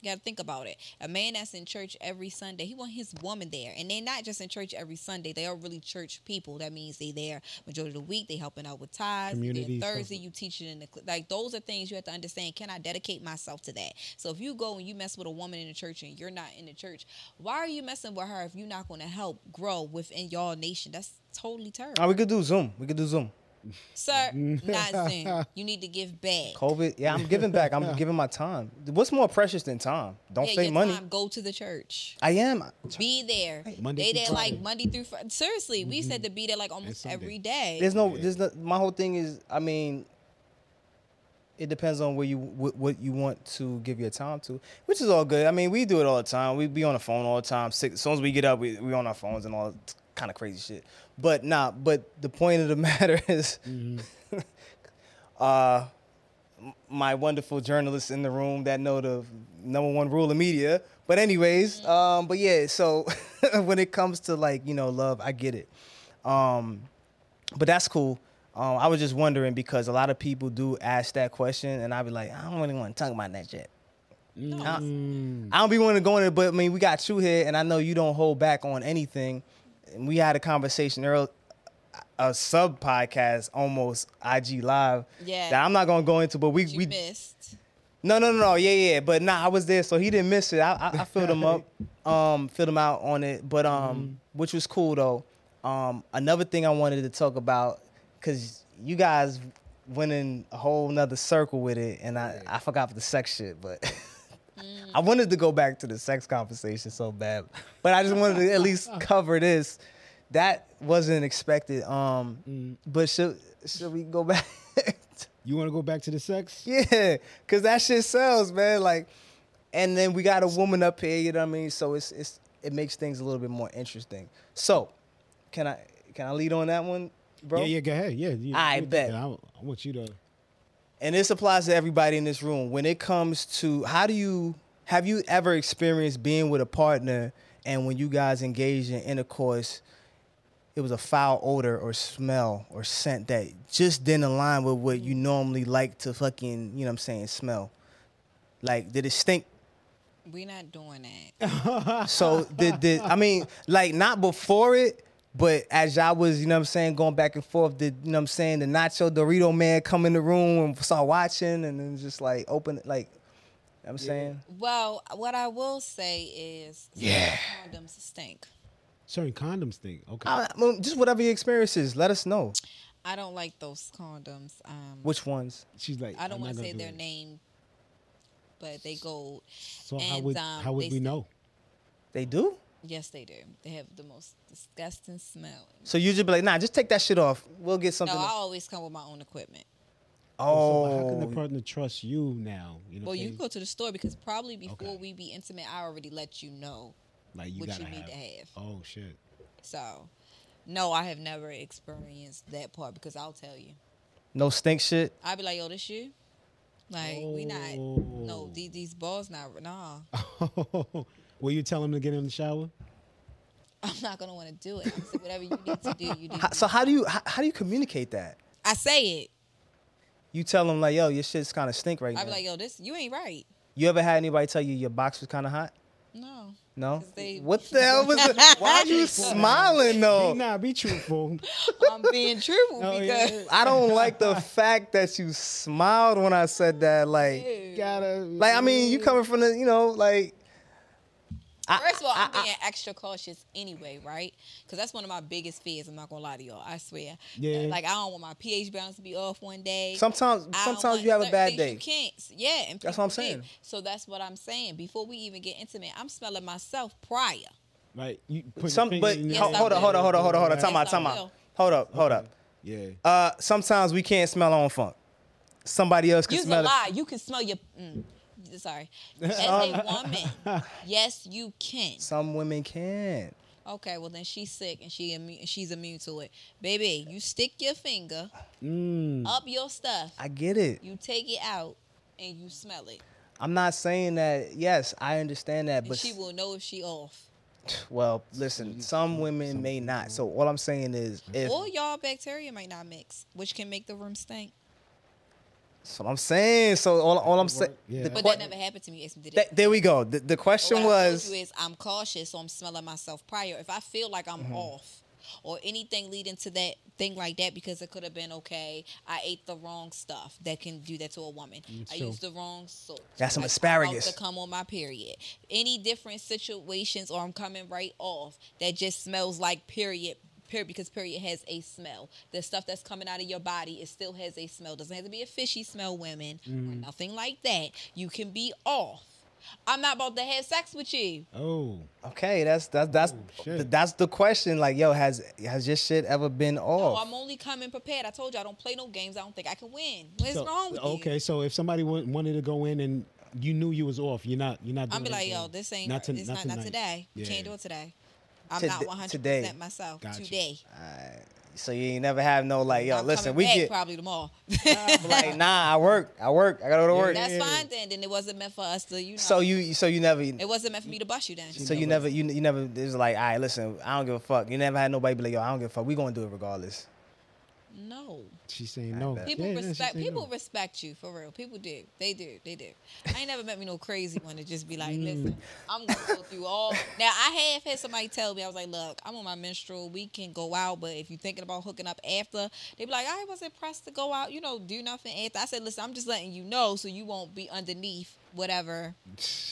S3: You gotta think about it. A man that's in church every Sunday, he want his woman there, and they're not just in church every Sunday. They are really church people. That means they there majority of the week. They helping out with tithes. Then
S2: Community stuff.
S3: Thursday you teaching in the cl- like those are things you have to understand. Can I dedicate myself to that? So if you go and you mess with a woman in the church and you're not in the church, why are you messing with her if you're not going to help grow within y'all nation? That's totally
S1: oh,
S3: terrible,
S1: we could do Zoom. We could do Zoom.
S3: sir. not Zoom. You need to give back.
S1: COVID. Yeah, I'm giving back. I'm giving my time. What's more precious than time? Don't
S3: Yeah,
S1: say
S3: your
S1: money.
S3: time, go to the church.
S1: I am.
S3: Be there.
S2: Monday
S3: they
S2: through
S3: there
S2: Friday. Mm-hmm.
S3: like Monday through Friday. Seriously, we said to be there like almost
S2: Sunday.
S3: every day.
S1: There's no. There's no, my whole thing is. I mean, it depends on where you what, what you want to give your time to, which is all good. I mean, we do it all the time. We be on the phone all the time. Six, as soon as we get up, we we on our phones and all kind of crazy shit. But nah. But the point of the matter is, uh, m- my wonderful journalists in the room that know the number one rule of media. But anyways, um, but yeah. So when it comes to like you know love, I get it. Um, but that's cool. Um, I was just wondering because a lot of people do ask that question, and I'd be like, I don't really want to talk about that shit.
S3: No.
S1: I, I don't be wanting to go into, but I mean, we got you here, and I know you don't hold back on anything. And we had a conversation earlier, a sub podcast, almost IG live.
S3: Yeah.
S1: that I'm not gonna go into, but we
S3: you
S1: we
S3: missed.
S1: no, no, no, no. Yeah, yeah. But nah, I was there, so he didn't miss it. I, I, I filled him up, um, filled him out on it. But um, which was cool though. Um, another thing I wanted to talk about, cause you guys went in a whole nother circle with it, and I, I forgot the sex shit, but I wanted to go back to the sex conversation so bad, but I just wanted to at least cover this that wasn't expected. Um, but should should we go back?
S2: You want to go back to the sex?
S1: yeah, cause that shit sells, man. Like, and then we got a woman up here. You know what I mean? So it's it's it makes things a little bit more interesting. So, can I can I lead on that one, bro?
S2: Yeah, yeah, go ahead. Yeah, yeah
S1: I
S2: yeah,
S1: bet.
S2: I, I want you to.
S1: and this applies to everybody in this room when it comes to how do you have you ever experienced being with a partner and when you guys engaged in intercourse it was a foul odor or smell or scent that just didn't align with what you normally like to fucking you know what i'm saying smell like did it stink
S3: We're not doing that.
S1: so did did I mean like not before it, but as y'all was, you know what I'm saying, going back and forth, did you know what I'm saying, the nacho Dorito man come in the room and start watching and then just like open like you know what I'm saying?
S3: Well, what I will say is, yeah, condoms stink.
S2: Certain condoms thing. Okay.
S1: I, I mean, just whatever your experience is, let us know.
S3: I don't like those condoms. Um,
S1: Which ones?
S2: She's like,
S3: I don't
S2: want to
S3: say
S2: do
S3: their
S2: this.
S3: name, but they go.
S2: So how
S3: and,
S2: would
S3: um,
S2: how would
S3: they
S2: we
S3: s-
S2: know?
S1: They do?
S3: Yes, they do. They have the most disgusting smell.
S1: So you just be like, nah, just take that shit off. We'll get
S3: No,
S1: something.
S3: I
S1: else.
S3: always come with my own equipment.
S2: So
S1: oh,
S2: how can the partner trust you now? You know,
S3: Well,
S2: what I'm
S3: you
S2: saying?
S3: go to the store because probably before
S2: Okay.
S3: we be intimate, I already let you know
S2: like you
S3: what
S2: gotta
S3: you need
S2: have,
S3: to have.
S2: Oh shit.
S3: So, no, I have never experienced that part because I'll tell you.
S1: no stink shit.
S3: I'll be like, yo, this you? Like, we not.
S2: Oh.
S3: No, these, these balls not. Nah,
S2: Will you tell him to get in the shower?
S3: I'm not going to want to do it. I said, whatever you need to do, you do.
S1: How- So how do you how, how do you communicate that?
S3: I say it.
S1: You tell them like, yo, your shit's kind of stink right
S3: i be
S1: now.
S3: like, yo, this, you ain't right.
S1: you ever had anybody tell you your box was kind of hot?
S3: No.
S1: No.
S3: 'Cause they-
S1: What the hell was that? Why are you smiling
S2: Be-
S1: though?
S2: Nah, be truthful.
S3: I'm being truthful
S2: Oh, yeah.
S3: because.
S1: I don't like the fact that you smiled when I said that. Like,
S3: Ew.
S2: Gotta.
S1: like I mean, you coming from the, you know, like,
S3: First of all, I'm being extra cautious anyway, right? Because that's one of my biggest fears. I'm not gonna lie to y'all. I swear.
S2: Yeah.
S3: Like I don't want my pH balance to be off one day.
S1: sometimes,
S3: I don't
S1: sometimes
S3: want
S1: you have a
S3: certain
S1: bad
S3: things
S1: day.
S3: You can't. Yeah. And
S1: That's what I'm
S3: people do.
S1: saying.
S3: So that's what I'm saying. Before we even get intimate, I'm smelling myself prior.
S2: Like you. put your
S1: Some,
S2: finger
S1: but
S2: in the-
S3: Yes,
S1: ho-
S3: I
S1: hold up, hold up, hold up, hold up, hold up. Time out,
S3: Yes, I
S1: time out.
S3: will.
S1: Hold up, hold up.
S2: Yeah.
S1: Uh, sometimes we can't smell our own funk. Somebody else can
S3: Use a
S1: smell it.
S3: lie. You can smell your. Mm, sorry. As a
S1: Um,
S3: woman, yes, you can.
S1: Some women can. Okay.
S3: Okay, well then she's sick and she immune, she's immune to it. Baby, you stick your finger up your stuff.
S1: Mm. I get it.
S3: You take it out and you smell it.
S1: I'm not saying that. Yes, I understand that,
S3: And
S1: but
S3: she will know if she off.
S1: Well, listen, some women may not. So all I'm saying is, if
S3: Or y'all bacteria might not mix, which can make the room stink.
S1: so I'm saying, so all, all I'm saying,
S2: Yeah.
S1: que-
S3: But that never happened to me. It's- Did it?
S1: that- there we go. The, the
S3: What
S1: question
S3: I told
S1: was,
S3: you is I'm cautious, so I'm smelling myself prior. If I feel like I'm
S1: Mm-hmm.
S3: off or anything leading to that thing like that, because it could have been okay. I ate the wrong stuff that can do that to a woman. I
S2: sure.
S3: used the wrong salt.
S1: That's some
S3: I- I'm about
S1: asparagus.
S3: to come on my period. Any different situations, or I'm coming right off that just smells like period. Period, because period has a smell. The stuff that's coming out of your body, it still has a smell. Doesn't have to be a fishy smell, women, or nothing like that. You can be off. I'm not about to have sex with you.
S2: Oh.
S1: okay, that's that's that's
S2: shit.
S1: that's the question. Like, yo, has has your shit ever been
S3: Oh,
S1: off?
S3: I'm only coming prepared. I told you I don't play no games. I don't think I can win. What's
S2: So-
S3: wrong with
S2: okay,
S3: you?
S2: so if somebody wa- wanted to go in and you knew you was off, you're not. You're not. doing
S3: I'm be
S2: it
S3: like,
S2: again.
S3: yo, this ain't.
S2: to-
S3: it's not, not
S2: tonight.
S3: today. You
S2: Yeah.
S3: Can't do it today. I'm
S1: Tod-
S3: not 100
S1: today.
S3: percent myself
S2: Gotcha.
S3: today.
S1: so you ain't never have no like, yo,
S3: I'm
S1: listen,
S3: coming
S1: we
S3: back
S1: get
S3: probably tomorrow.
S1: like, nah, I work, I work, I gotta go to work.
S3: That's fine then. Then it wasn't meant for us to, you know.
S1: So you, so you never,
S3: it wasn't meant for me to bust you then.
S1: so you never, you, you never. It was like, all right, listen, I don't give a fuck. You never had nobody be like, yo, I don't give a fuck. We gonna do it regardless.
S3: no.
S2: She's saying no.
S3: People
S2: Yeah, yeah, she
S3: respect
S2: saying
S3: people
S2: no.
S3: respect you for real. People do. They do. They do. I ain't never met me no crazy one to just be like, listen, I'm gonna go through all. Now I have had somebody tell me I was like, look, I'm on my menstrual. We can go out, but if you're thinking about hooking up after, they be like, I wasn't pressed to go out. You know, do nothing after. I said, listen, I'm just letting you know so you won't be underneath whatever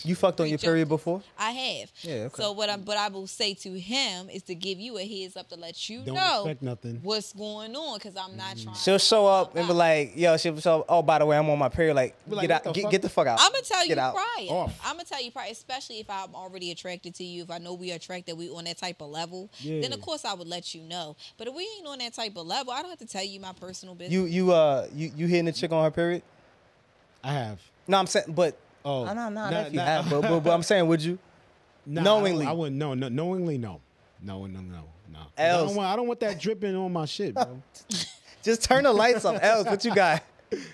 S1: You fucked on your
S3: Rejected.
S1: period before?
S3: I have.
S1: Yeah, okay.
S3: So what I'm, but I will say to him is to give you a heads up to let you
S2: Don't
S3: know
S2: expect nothing. Mm.
S3: what's going on because I'm not trying.
S1: She'll show up and be like, "Yo," she'll show up. Oh, by the way, I'm on my period. Like,
S2: Be like,
S1: get
S2: what the
S1: out, get,
S2: fuck?
S1: get the fuck out.
S3: I'm gonna tell you
S1: Get out.
S3: right.
S2: Off.
S3: I'm gonna tell you right, especially if I'm already attracted to you. If I know we are attracted, we on that type of level. Then of
S2: Yeah.
S3: course I would let you know. But if we ain't on that type of level, I don't have to tell you my personal business.
S1: You you uh you you hitting the chick on her period?
S2: I have.
S1: No, I'm saying, but
S2: Oh,
S1: no, no, not
S2: nah,
S1: if you
S2: nah.
S1: have, but, but but I'm saying, would you?
S2: Nah,
S1: Knowingly.
S2: I, don't- I wouldn't. No, no, knowingly, no. No, no, no, no. I
S1: Else.
S2: don't want. I don't want that dripping on my shit, bro.
S1: Just turn the lights off. Else, what you got?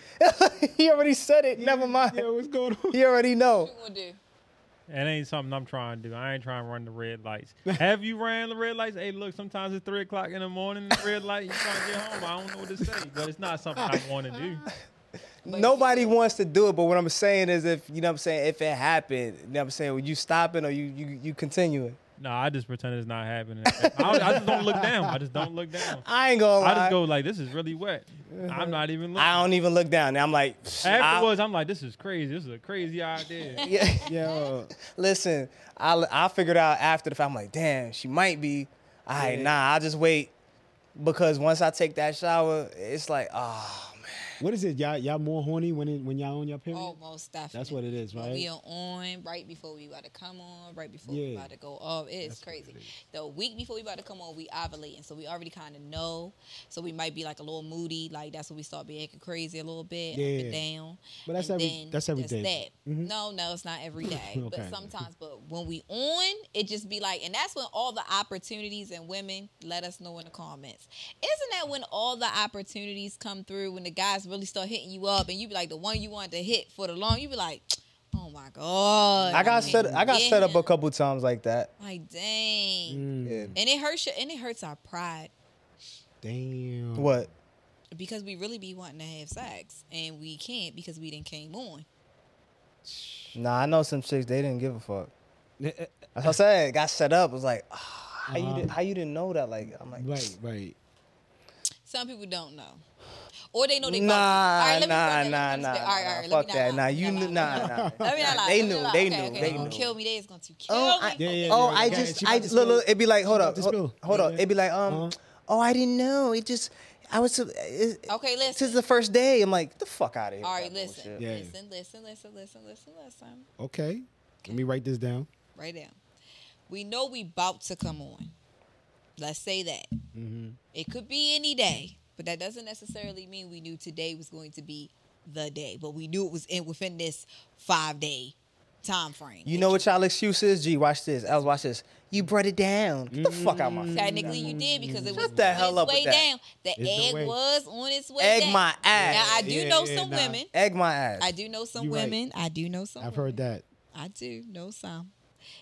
S1: he already said it. Never mind.
S2: Yo, what's going on?
S1: He already know.
S3: What you gonna do?
S4: It ain't something I'm trying to do. I ain't trying to run the red lights. Have you ran the red lights? Hey, look, sometimes it's three o'clock in the morning. The red light. You trying to get home? I don't know what to say, but it's not something I want to do.
S1: Nobody wants to do it, but what I'm saying is, if you know, what I'm saying, if it happened, you know, what I'm saying, would you stop it or you you you continuing?
S4: No, I just pretend it's not happening. I, don't- I just don't look down. I just don't look down.
S1: I ain't gonna lie.
S4: I just go like, this is really wet. I'm not even looking.
S1: I don't even look down. I'm like, psh,
S4: Afterwards, I'm like, this is crazy. This is a crazy idea.
S1: I, yeah.
S2: Yo,
S1: Listen, I I figured out after the fact. I'm like, damn, she might be. All right, nah, I'll just wait because once I take that shower, it's like, oh man,
S2: what is it? Y'all, y'all more horny when it, when y'all on your period?
S3: Almost definitely.
S2: That's what it is,
S3: When
S2: right?
S3: We are on right before we about to come on, right before we
S2: Yeah.
S3: about to go off. It's crazy. The week before we about to come on, we ovulating, so we already kind of know. So we might be like a little moody, like that's when we start being acting crazy a little bit, up and
S2: Yeah.
S3: down.
S2: But that's
S3: and
S2: every-
S3: then
S2: that's every day.
S3: That. No, no, it's not every day,
S2: Okay.
S3: but sometimes. But when we on, it just be like, and that's when all the opportunities and women let us know in the comments. Isn't that when all the opportunities come through when the guys really start hitting you up and you be like the one you wanted to hit for the long, you be like, oh my god,
S1: I got set I got
S3: Yeah.
S1: set up Mm. a couple times like that.
S3: Like dang,
S2: Mm, Mm-hmm.
S1: Yeah.
S3: and it hurts your, and it hurts our pride
S2: Damn.
S1: What?
S3: because we really be wanting to have sex and we can't because we didn't came on.
S1: Nah, I know some chicks they didn't give a fuck. That's what I said. Got set up. It was like, ah, how you did, how you didn't know that? Like, I'm like,
S2: Uh-huh. Right, right.
S3: Some people don't know. Or they know they
S1: nah,
S3: about to.
S1: nah,
S3: All right, let me- let me-
S1: nah,
S3: let me-
S1: nah,
S3: all right, all right,
S1: nah,
S3: let me
S1: Fuck
S3: not
S1: that.
S3: lie,
S1: Nah,
S3: let me
S1: you
S3: not
S1: knew.
S3: lie.
S1: Nah, nah.
S3: Let me not lie.
S1: They
S3: let me
S1: knew,
S3: lie.
S1: they
S3: Okay,
S1: knew,
S3: okay,
S1: they
S3: they gonna
S1: knew.
S3: kill me. They just going to kill
S1: Oh,
S3: me.
S1: I-
S2: Yeah, yeah,
S1: oh,
S2: yeah,
S1: I
S2: yeah,
S1: just,
S2: she
S1: I
S2: about to
S1: look, look,
S2: spill.
S1: It'd be like, hold
S2: about
S1: up,
S2: to
S1: hold,
S2: spill.
S1: hold up.
S2: Yeah.
S1: It'd be like, um,
S2: Uh-huh.
S1: oh, I didn't know. It just, I was. uh, It,
S3: Okay,
S1: This is
S3: listen.
S1: the first day. I'm like, the fuck out of here.
S3: All
S1: with
S3: right,
S1: that
S3: listen.
S1: bullshit.
S2: Yeah.
S3: Listen, listen, listen, listen, listen, listen.
S2: Okay. Let me write this down.
S3: Right now. We know we bout to come on. Let's say that. It could be any day, but that doesn't necessarily mean we knew today was going to be the day. But we knew it was in within this five day time frame.
S1: You know what y'all excuse is? Gee, watch this. Else, watch this. You brought it down. Get the fuck out my face.
S3: Mm. Technically, you did because it was
S1: the
S3: on
S1: hell
S3: its
S1: up
S3: way
S1: with that.
S3: down. The
S2: There's no
S3: egg
S2: Mm-hmm. way.
S3: was on its way
S1: Egg
S3: down.
S1: my ass.
S3: Now I do
S2: Yeah,
S3: know
S2: yeah,
S3: some
S2: nah.
S3: women.
S1: Egg my ass.
S3: I do know some
S2: You right.
S3: women. I do know some.
S2: I've
S3: women.
S2: heard that.
S3: I do know some.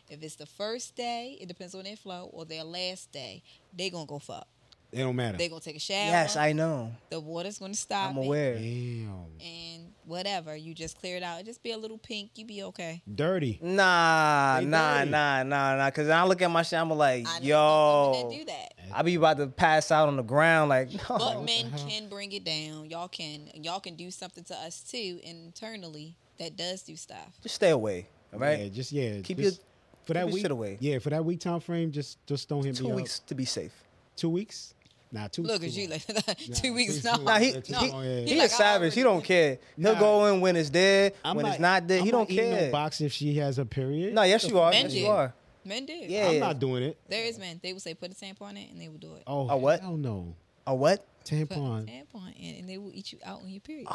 S3: If it's the first day, it depends on their flow, or their last day, they gonna go fuck.
S2: It don't matter.
S3: They gonna take a shower.
S1: Yes, I know.
S3: the water's gonna stop.
S1: I'm
S3: it,
S1: aware.
S2: Damn.
S3: And whatever, you just clear it out. It just be a little pink. You be okay.
S2: Dirty.
S1: Nah,
S2: They
S1: nah,
S2: dirty.
S1: nah, nah, nah. Cause I look at my shit, I'm like,
S3: I know some
S1: yo,
S3: women that do that.
S1: I be about to pass out on the ground. Like, no.
S3: But men can bring it down. Y'all can. and Y'all can do something to us too internally that does do stuff.
S1: just stay away. All right.
S2: Yeah, just yeah.
S1: Keep
S2: just,
S1: your-
S2: for that
S1: keep your
S2: week.
S1: shit away.
S2: Yeah, for that week time frame, just just don't hit
S1: Two
S2: me up.
S1: weeks to be safe.
S2: Two weeks. Nah, two.
S3: Look at
S2: weeks
S3: you,
S2: too
S3: like two
S2: Nah,
S3: weeks
S2: it's
S3: now.
S2: too
S1: Nah,
S2: long.
S1: he,
S2: It's
S1: he,
S2: too long, yeah.
S1: he
S3: He
S1: a
S3: like, I
S1: savage. He
S3: already
S1: don't
S3: did.
S1: care. He'll
S2: Nah.
S1: go in when it's dead,
S2: long. I'm
S1: when
S2: not-
S1: it's not dead.
S2: I'm
S1: He don't
S2: eating
S1: care.
S2: No box if she has a period.
S1: no, yes you are.
S3: Men
S1: Yes you
S3: do.
S1: are.
S3: Men do.
S1: Yeah.
S2: I'm not doing it.
S3: There is men. They will say put a tampon in, and they will do it.
S2: Oh,
S1: A what?
S2: Hell no.
S1: A what?
S3: Put a
S2: Tampon.
S3: tampon in, and they will eat you out on your period.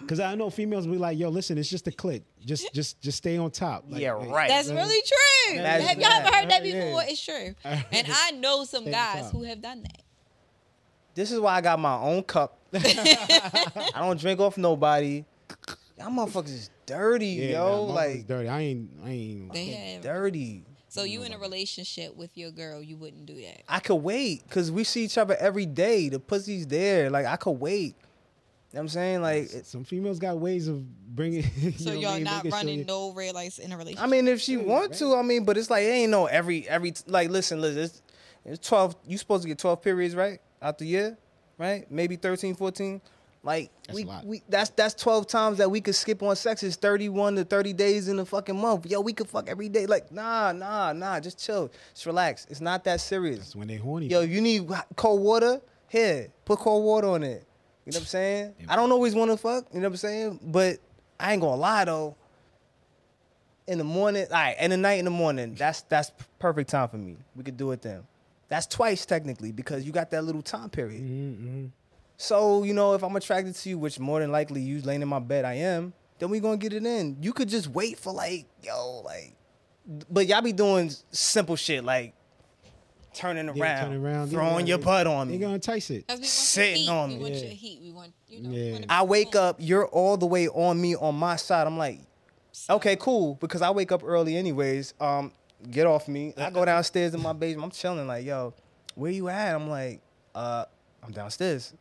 S2: Because I know females be like, yo, listen, it's just a click. Just just just stay on top. Like,
S1: yeah,
S2: hey,
S1: right.
S3: That's really true.
S1: That's
S3: have y'all ever
S1: bad.
S3: heard that
S2: Yeah.
S3: before? It's true. And I know some
S2: Stay on
S3: guys
S2: top.
S3: who have done that.
S1: This is why I got my own cup. I don't drink off nobody. Y'all motherfuckers is dirty,
S2: Yeah, nah,
S1: yo.
S2: mine was
S1: Like
S2: dirty. I ain't I ain't
S3: They have.
S1: dirty.
S3: So you in a relationship with your girl, you wouldn't do that.
S1: I could wait because we see each other every day. The pussy's there. Like I could wait. You know what I'm saying? Like, it's,
S2: some females got ways of bringing
S3: So
S2: you know
S3: you
S2: what I
S3: all
S2: mean?
S3: not
S2: Making sure
S3: running
S2: you-
S3: no red lights in a relationship.
S1: I mean, if she want to, I mean, but it's like it ain't no every every t- like. Listen, listen. It's, it's twelve. You supposed to get twelve periods, right? Out the year, right? Maybe 13, 14. Like
S2: That's
S1: we,
S2: a lot.
S1: we that's that's twelve times that we could skip on sex. It's thirty one to thirty days in a fucking month. Yo, we could fuck every day. Like nah, nah, nah. Just chill. Just relax. It's not that serious.
S2: That's when they horny.
S1: Yo, you need hot- cold water? Here, put cold water on it. You know what I'm saying? I don't always want to fuck. You know what I'm saying? But I ain't gonna lie though. In the morning, all right, and the night in the morning, that's that's p- perfect time for me. We could do it then. That's twice technically because you got that little time period. So you know, if I'm attracted to you, which more than likely you laying in my bed, I am. Then we gonna get it in. You could just wait for like, yo, like, but y'all be doing simple shit like turning around,
S2: Yeah, turn around.
S1: throwing your butt on me.
S2: You're gonna entice it.
S3: 'Cause we want your
S1: Sitting
S3: heat.
S1: on
S3: We
S1: me.
S3: want
S2: Yeah.
S3: your heat. We want you know.
S2: Yeah.
S3: We wanna be
S1: I wake
S3: warm.
S1: up, you're all the way on me on my side. I'm like, okay, cool, because I wake up early anyways. Um, get off me. I go downstairs in my basement. I'm chilling, like, yo, where you at? I'm like, uh, I'm downstairs.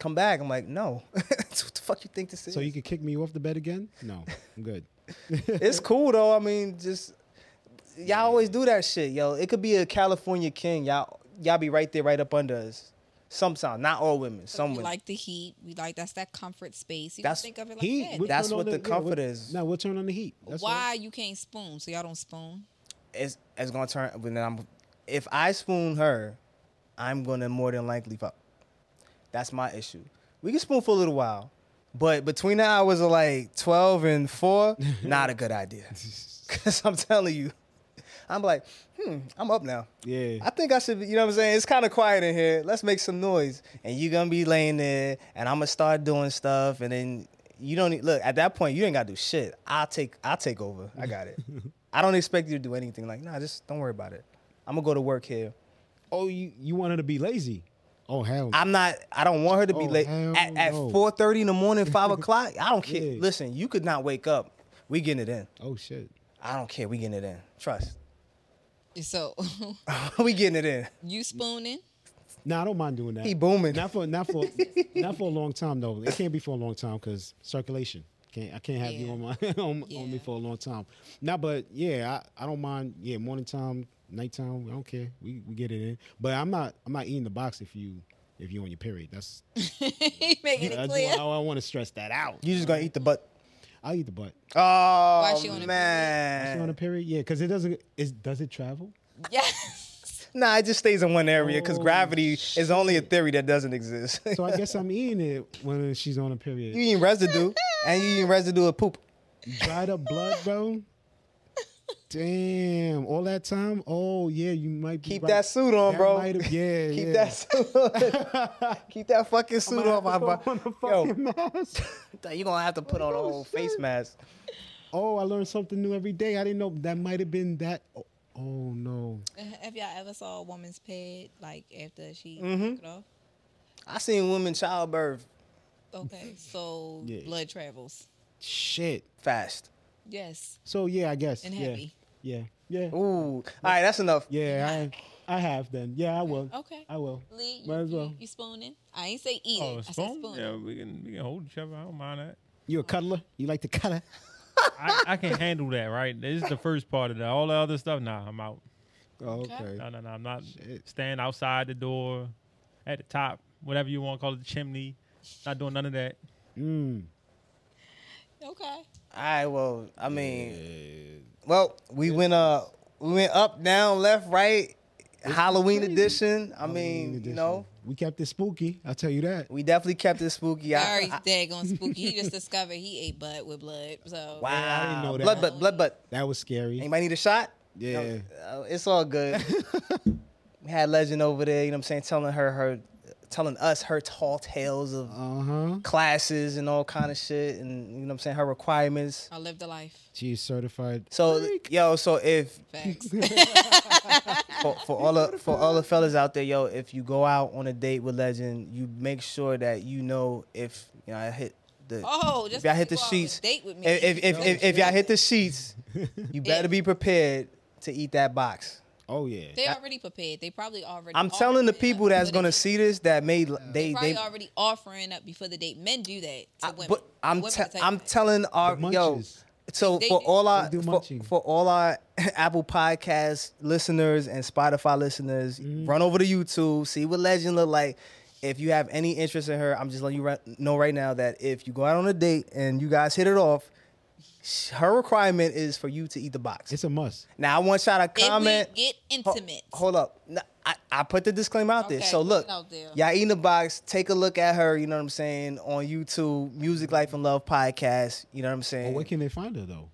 S1: Come back. I'm like, no. what the fuck you think this is?
S2: So you could kick me off the bed again? No, I'm good.
S1: it's cool though. I mean, just y'all always do that shit, yo. It could be a California king. Y'all y'all be right there, right up under us. Sometimes, not all women, some
S3: We
S1: women.
S3: like the heat. We like that's that comfort space. You
S1: That's-
S3: can think of it like
S2: Heat.
S3: that.
S2: we'll
S1: That's
S2: turn
S1: what
S2: on
S1: the
S2: yeah, we'll-
S1: comfort is.
S2: No, we'll turn on the heat. That's
S3: Why
S2: Why?
S3: you can't spoon? So y'all don't spoon.
S1: it's it's gonna turn. But then I'm, if I spoon her, I'm gonna more than likely fuck. That's my issue. We can spoon for a little while, but between the hours of like twelve and four, not a good idea. Cause I'm telling you, I'm like, hmm, I'm up now.
S2: Yeah.
S1: I think I should. be- You know what I'm saying? It's kind of quiet in here. Let's make some noise. And you're gonna be laying there, and I'm gonna start doing stuff, and then you don't need, look at that point. You ain't gotta do shit. I'll take. I'll take over. I got it. I don't expect you to do anything. Like, nah, just don't worry about it. I'm gonna go to work here.
S2: Oh, you you want her to be lazy? Oh hell. no.
S1: I'm not. I don't want her to be
S2: Oh,
S1: late
S2: hell
S1: at, at
S2: no.
S1: 4:30 in the morning, five o'clock. I don't care.
S2: Yeah.
S1: Listen, you could not wake up. We getting it in.
S2: oh shit.
S1: I don't care. We getting it in. Trust.
S3: So
S1: we getting it in.
S2: Mm.
S3: you spooning?
S2: No, I don't mind doing that.
S1: He booming.
S2: Not for not for not for a long time though. It can't be for a long time because circulation. Can't I can't have you
S3: Yeah.
S2: on my on, on
S3: Yeah.
S2: me for a long time. Now, but yeah, I, I don't mind. Yeah, morning time, nighttime, I don't care. We, we get it in. But I'm not I'm not eating the box if you if you on your period. That's
S3: He making
S2: I,
S3: it
S2: do-
S3: clear.
S2: I, want to stress that out.
S1: You just gonna eat the butt.
S2: I'll eat the butt.
S1: Oh
S3: she on a period?
S1: man,
S2: You
S3: Eh.
S2: on a period? Yeah, because it doesn't. Is does it travel?
S3: Yes.
S1: Nah, it just stays in one area because
S2: Oh,
S1: gravity is only a theory that doesn't exist.
S2: So I guess I'm eating it when she's on a period.
S1: you eating residue, and you eating residue of poop.
S2: dried up blood, bro. Damn, all that time. Oh yeah, you might be
S1: Keep
S2: right.
S1: that suit on,
S2: That
S1: bro.
S2: might have- yeah,
S1: Keep
S2: yeah.
S1: that suit on. Keep that fucking suit on, my
S2: Put
S1: bro.
S2: on the
S1: Yo,
S2: fucking mask.
S1: you gonna have to put on a
S2: Oh,
S1: whole face
S2: shit.
S1: mask.
S2: Oh, I learned something new every day. I didn't know that might have been that. Oh, oh, no,
S3: Have y'all ever saw a woman's pad like after she
S2: Mm-hmm.
S3: took it off?
S1: I seen women childbirth
S3: Okay, so
S2: Yeah.
S3: blood travels.
S2: shit.
S1: fast.
S3: Yes,
S2: So yeah, I guess.
S3: and
S2: yeah.
S3: heavy.
S2: Yeah, yeah,
S1: Ooh, all right, that's enough.
S2: yeah. I, I have then. Yeah, I will.
S3: Okay.
S2: I will.
S3: Lee, you,
S2: Might as
S3: you-
S2: well.
S3: you spooning? I ain't say eat
S4: Oh,
S3: it. I said
S4: spoon?
S3: spooning.
S4: Yeah, we can we can hold each other. I don't mind that.
S2: You a cuddler? You like to cuddle?
S4: I, I can handle that, right? This is the first part of that. All the other stuff, nah, I'm out.
S2: Oh,
S3: Okay.
S2: okay.
S4: No, no, no. I'm not
S2: Shit.
S4: staying outside the door, at the top, whatever you want to call it, the chimney. Not doing none of that.
S2: Mm.
S3: Okay.
S1: All right, well, I mean, well, we went uh, we went up, down, left, right, Halloween edition. I mean, you
S2: Edition.
S1: know.
S2: we kept it spooky. I'll tell you that.
S1: We definitely kept it spooky. I-
S3: Barry's
S1: I-
S3: daggone spooky. He just discovered he ate butt with blood. So
S1: wow.
S2: I didn't know that.
S1: Blood butt, blood butt.
S2: That was scary.
S1: Anybody need a shot?
S2: Yeah.
S1: No, uh, it's all good. we had Legend over there, you know what I'm saying, telling her her telling us her tall tales of
S2: Uh huh.
S1: classes and all kind of shit and you know what I'm saying, her requirements.
S3: I lived a life.
S2: She's certified.
S1: So
S2: freak.
S1: yo, so if
S3: Facts.
S1: for, for all the for all the fellas out there, yo, if you go out on a date with Legend, you make sure that you know if you know I hit the
S3: Oh, just
S1: if y'all hit the
S3: because you go on a
S1: sheets,
S3: Date with me.
S1: if if, if, if, if y'all hit the sheets, you better be prepared to eat that box.
S2: Oh yeah.
S3: they already prepared. They probably already.
S1: I'm telling the
S3: offering up
S1: people that's
S3: before
S1: gonna
S3: the date.
S1: see this that may they
S3: They probably
S1: they.
S3: already offering up before the date. Men do that to
S1: I-
S3: women.
S1: but I'm
S3: Women
S1: te-
S3: take
S1: I'm
S3: that.
S1: telling our
S2: The
S1: yo.
S2: munchies.
S1: So
S3: They
S1: for
S3: do.
S1: all our
S2: They do
S1: for,
S2: munching.
S1: for all our Apple Podcast listeners and Spotify listeners,
S2: Mm-hmm.
S1: run over to YouTube, see what Legend look like. If you have any interest in her, I'm just letting you ri- know right now that if you go out on a date and you guys hit it off, sh- her requirement is for you to eat the box.
S2: It's a must.
S1: Now I want y'all to
S3: If
S1: comment.
S3: we get
S1: Ho-
S3: intimate.
S1: hold up. N- I, I put the disclaimer out there.
S3: Okay,
S1: So
S3: put it
S1: look,
S3: out there.
S1: y'all eat in the box. Take a look at her. You know what I'm saying on YouTube, Music Life and Love podcast. You know what I'm
S2: Well,
S1: saying.
S2: where can they find her though?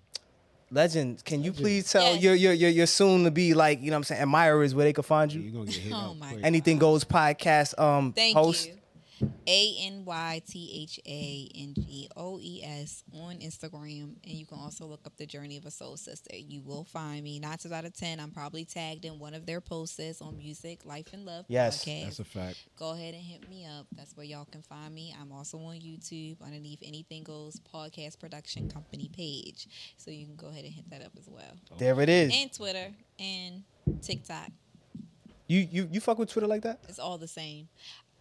S1: Legend, can you please tell
S3: Yes.
S1: your your your, your soon to be like you know what I'm saying admirers where they can find you?
S2: You're gonna get hit
S3: Oh
S2: up
S3: my
S2: quick.
S3: God.
S1: Anything Goes podcast um
S3: Thank
S1: host.
S3: you. A N Y T H A N G O E S on Instagram. And you can also look up The Journey of a Soul Sister. You will find me. Nine times out of 10, I'm probably tagged in one of their posts on Music, Life, and Love
S1: Yes,
S3: podcast.
S2: That's a fact.
S3: Go ahead and hit me up. That's where y'all can find me. I'm also on YouTube underneath Anything Goes Podcast Production Company page. So you can go ahead and hit that up as well.
S1: There it is.
S3: And Twitter and TikTok.
S1: You you you fuck with Twitter like that?
S3: It's all the same.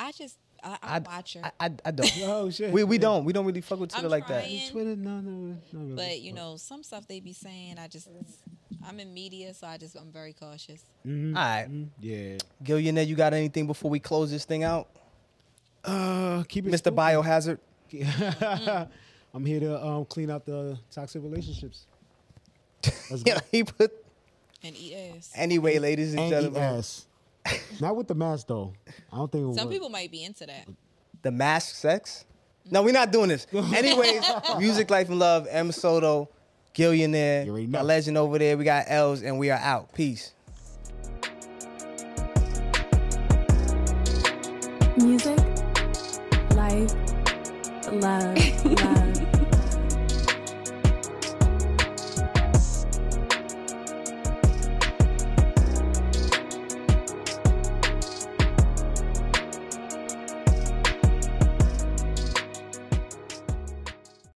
S3: I just, I,
S1: I
S3: I watch her.
S1: I I, I don't.
S2: Oh shit.
S1: we we don't we don't really fuck with
S3: I'm
S1: Twitter like that.
S3: trying.
S2: Twitter, no, no, no. Really.
S3: But you know, some stuff they be saying, I just I'm in media, so I just I'm very cautious.
S2: Mhm,
S1: All right,
S2: mhm, yeah.
S1: Gillionaire, you got anything before we close this thing out,
S2: Uh, keep it
S1: Mr. Biohazard?
S2: Bio. I'm here to um, clean out the toxic relationships. Let's go.
S1: Yeah, he put
S3: And E eat ass.
S2: E
S1: anyway, ladies and
S2: and eat
S1: gentlemen,
S2: ass. Not with the mask though. I don't think it
S3: Some
S2: work.
S3: people might be into that.
S1: the mask sex.
S2: Mm-hmm.
S1: No, we're not doing this. Anyways, music, life, and love. M. Soto, Gillionaire,
S2: You already know.
S1: a legend over there. We got L's, and we are out. Peace.
S6: Music, life, love.